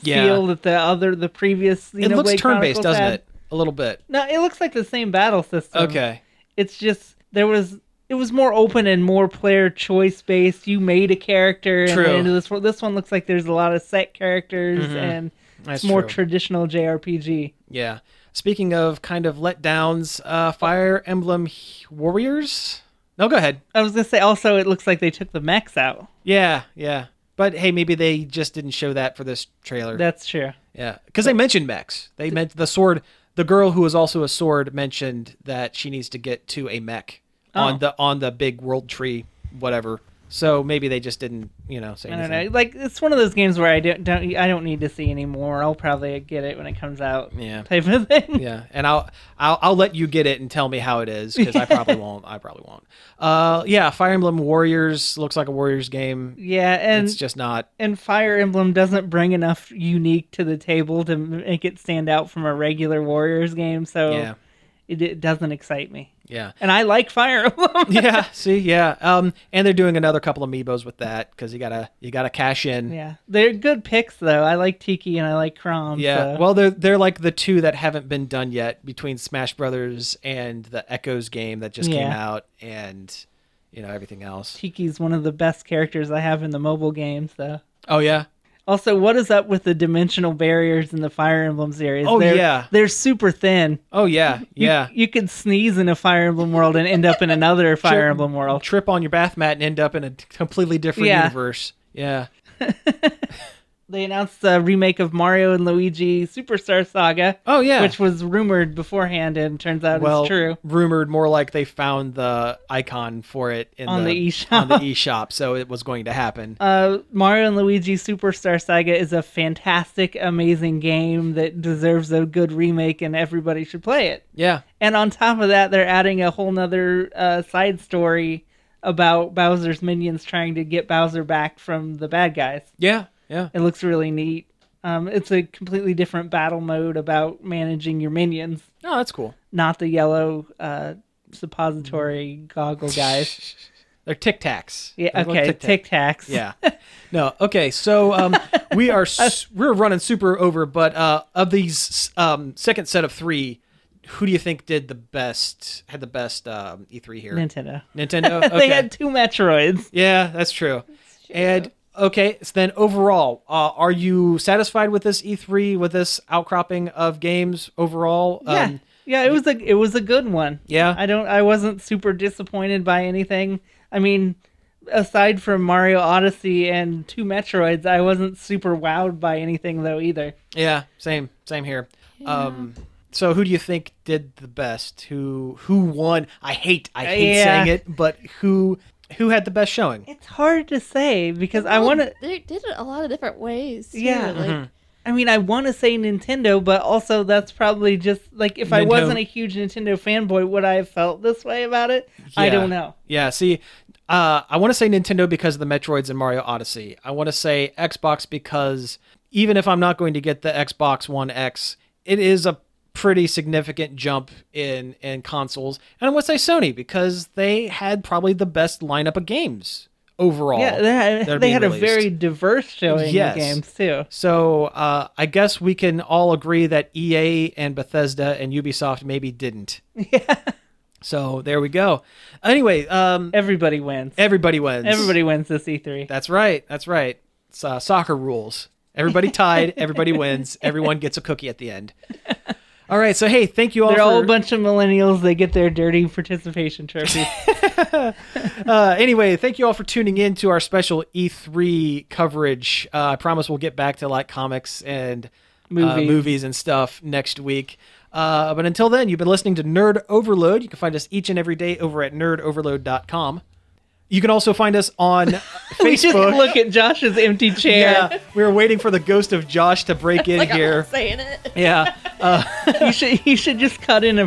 [SPEAKER 1] Yeah.
[SPEAKER 2] feel that the other the previous
[SPEAKER 1] it looks
[SPEAKER 2] Xenoblade
[SPEAKER 1] turn-based,
[SPEAKER 2] Chronicles
[SPEAKER 1] doesn't
[SPEAKER 2] had.
[SPEAKER 1] it? A little bit.
[SPEAKER 2] No, it looks like the same battle system.
[SPEAKER 1] Okay.
[SPEAKER 2] it's just there was it was more open and more player choice based. You made a character.
[SPEAKER 1] True. Mm-hmm.
[SPEAKER 2] And then this one, this one looks like there's a lot of set characters and
[SPEAKER 1] That's
[SPEAKER 2] it's more
[SPEAKER 1] true.
[SPEAKER 2] traditional JRPG.
[SPEAKER 1] Yeah. Speaking of kind of letdowns, uh, Fire Emblem H- Warriors. No, go ahead.
[SPEAKER 2] I was gonna say also it looks like they took the mechs out.
[SPEAKER 1] Yeah, yeah. But hey, maybe they just didn't show that for this trailer.
[SPEAKER 2] That's true.
[SPEAKER 1] yeah, because they mentioned mechs. They meant the sword. The girl who is also a sword mentioned that she needs to get to a mech
[SPEAKER 2] Oh.
[SPEAKER 1] on the on the big world tree, whatever. So maybe they just didn't, you know, say
[SPEAKER 2] I don't
[SPEAKER 1] anything.
[SPEAKER 2] know. Like it's one of those games where I don't, don't I don't need to see anymore. I'll probably get it when it comes out.
[SPEAKER 1] Yeah.
[SPEAKER 2] Type of thing.
[SPEAKER 1] yeah and I'll, I'll i'll let you get it and tell me how it is because i
[SPEAKER 2] (laughs)
[SPEAKER 1] probably won't i probably won't uh yeah fire emblem warriors looks like a warriors game
[SPEAKER 2] (laughs) Yeah, and
[SPEAKER 1] it's just not
[SPEAKER 2] and Fire Emblem doesn't bring enough unique to the table to make it stand out from a regular Warriors game. So
[SPEAKER 1] yeah
[SPEAKER 2] it, it doesn't excite me.
[SPEAKER 1] Yeah.
[SPEAKER 2] And I like Fire (laughs) Emblem.
[SPEAKER 1] (laughs) yeah. See, yeah. Um, and they're doing another couple amiibos with that because you gotta you gotta cash in.
[SPEAKER 2] yeah, they're good picks though. I like Tiki and I like Crom.
[SPEAKER 1] Yeah.
[SPEAKER 2] so-
[SPEAKER 1] Well, they're they're like the two that haven't been done yet between Smash Brothers and the Echoes game that just came
[SPEAKER 2] Yeah.
[SPEAKER 1] out, and you know everything else.
[SPEAKER 2] Tiki's one of the best characters I have in the mobile games though.
[SPEAKER 1] Oh yeah.
[SPEAKER 2] Also, what is up with the dimensional barriers in the Fire Emblem series?
[SPEAKER 1] Oh,
[SPEAKER 2] they're,
[SPEAKER 1] yeah.
[SPEAKER 2] they're super thin.
[SPEAKER 1] Oh yeah.
[SPEAKER 2] (laughs) You-
[SPEAKER 1] Yeah.
[SPEAKER 2] you, could sneeze in a Fire Emblem world and end up in another Fire
[SPEAKER 1] Sure.
[SPEAKER 2] Emblem world.
[SPEAKER 1] Trip on your bath mat and end up in a completely different
[SPEAKER 2] Yeah.
[SPEAKER 1] universe. Yeah.
[SPEAKER 2] They announced a remake of Mario and Luigi Superstar Saga,
[SPEAKER 1] Oh yeah.
[SPEAKER 2] which was rumored beforehand and turns out
[SPEAKER 1] well,
[SPEAKER 2] it's true.
[SPEAKER 1] rumored more like they found the icon for it in
[SPEAKER 2] On the eShop.
[SPEAKER 1] on the eShop, so it was going to
[SPEAKER 2] (laughs)
[SPEAKER 1] happen.
[SPEAKER 2] Uh, Mario and Luigi Superstar Saga is a fantastic, amazing game that deserves a good remake, and everybody should play it.
[SPEAKER 1] yeah.
[SPEAKER 2] And on top of that, they're adding a whole nother uh, side story about Bowser's minions trying to get Bowser back from the bad guys.
[SPEAKER 1] Yeah. Yeah.
[SPEAKER 2] It looks really neat. Um, it's a completely different battle mode about managing your minions,
[SPEAKER 1] Oh, that's cool.
[SPEAKER 2] not the yellow uh, suppository goggle (laughs) guys.
[SPEAKER 1] They're Tic Tacs.
[SPEAKER 2] Yeah,
[SPEAKER 1] They're
[SPEAKER 2] okay,
[SPEAKER 1] little
[SPEAKER 2] Tic Tacs.
[SPEAKER 1] Yeah. (laughs) No. Okay. So um, we
[SPEAKER 2] (laughs)
[SPEAKER 1] are s we're running super over, but uh, of these um, second set of three, who do you think did the best? Had the best um, E3 here?
[SPEAKER 2] Nintendo.
[SPEAKER 1] Nintendo.
[SPEAKER 2] (laughs) They
[SPEAKER 1] Okay.
[SPEAKER 2] had two Metroids.
[SPEAKER 1] yeah, that's true. And okay, so then overall, uh, are you satisfied with this E3 with this outcropping of games overall?
[SPEAKER 2] Yeah,
[SPEAKER 1] Um,
[SPEAKER 2] yeah. It was a it was a good one.
[SPEAKER 1] yeah.
[SPEAKER 2] I don't. I wasn't super disappointed by anything. I mean, aside from Mario Odyssey and two Metroids, I wasn't super wowed by anything though either.
[SPEAKER 1] Yeah, same, same here. Um, so who do you think did the best? Who who won? I hate, I hate
[SPEAKER 2] Yeah.
[SPEAKER 1] saying it, but who who had the best showing?
[SPEAKER 2] It's hard to say because I
[SPEAKER 3] Well,
[SPEAKER 2] want to.
[SPEAKER 3] Oh, They did it a lot of different ways. too,
[SPEAKER 2] Yeah.
[SPEAKER 3] like,
[SPEAKER 2] I mean, I want to say Nintendo, but also that's probably just like if I
[SPEAKER 1] Nintendo.
[SPEAKER 2] wasn't a huge Nintendo fanboy, would I have felt this way about it? I
[SPEAKER 1] Yeah.
[SPEAKER 2] don't know.
[SPEAKER 1] Yeah, see, uh, I want to say Nintendo because of the Metroids and Mario Odyssey. I want to say Xbox because even if I'm not going to get the Xbox One X, it is a pretty significant jump in in consoles. And I want to say Sony because they had probably the best lineup of games overall.
[SPEAKER 2] Yeah, they had,
[SPEAKER 1] that are
[SPEAKER 2] they
[SPEAKER 1] being
[SPEAKER 2] had a
[SPEAKER 1] released.
[SPEAKER 2] very diverse showing
[SPEAKER 1] Yes.
[SPEAKER 2] of games too.
[SPEAKER 1] So uh, I guess we can all agree that EA and Bethesda and Ubisoft maybe didn't.
[SPEAKER 2] (laughs) Yeah,
[SPEAKER 1] So there we go. Anyway, um,
[SPEAKER 2] everybody wins.
[SPEAKER 1] everybody wins.
[SPEAKER 2] Everybody wins this E E3.
[SPEAKER 1] That's right. That's right. It's, uh, soccer rules.
[SPEAKER 2] (laughs)
[SPEAKER 1] Everybody tied. everybody wins. Everyone gets a cookie at the end. All right. So hey, thank you all.
[SPEAKER 2] They're
[SPEAKER 1] for,
[SPEAKER 2] all a bunch of millennials. They get their dirty
[SPEAKER 1] (laughs)
[SPEAKER 2] participation trophies.
[SPEAKER 1] uh, anyway, thank you all for tuning in to our special E3 coverage. Uh, I promise we'll get back to like comics and uh,
[SPEAKER 2] Movies.
[SPEAKER 1] movies and stuff next week. Uh, but until then, you've been listening to Nerd Overload. You can find us each and every day over at nerdoverload.com. You can also find us on (laughs) Facebook.
[SPEAKER 2] (laughs) we just look at Josh's empty chair.
[SPEAKER 1] yeah, we were waiting for the ghost of Josh to
[SPEAKER 2] (laughs)
[SPEAKER 1] break in
[SPEAKER 3] like, I'm
[SPEAKER 1] here.
[SPEAKER 3] not saying it. (laughs)
[SPEAKER 1] Yeah,
[SPEAKER 2] You should you should just cut in a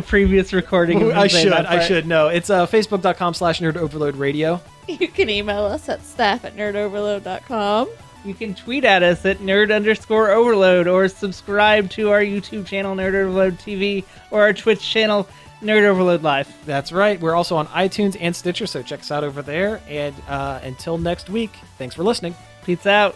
[SPEAKER 1] (laughs)
[SPEAKER 2] previous recording. and
[SPEAKER 1] I
[SPEAKER 2] say
[SPEAKER 1] should.
[SPEAKER 2] that
[SPEAKER 1] I
[SPEAKER 2] part.
[SPEAKER 1] should. No, it's uh, facebook.com slash nerd overload radio.
[SPEAKER 3] You can email us at staff at nerdoverload.com.
[SPEAKER 2] You can tweet at us at nerd underscore overload or subscribe to our YouTube channel Nerd Overload TV or our Twitch channel Nerd Overload Live.
[SPEAKER 1] That's right. We're also on iTunes and Stitcher, so check us out over there. And uh, until next week, thanks for listening.
[SPEAKER 2] Peace out.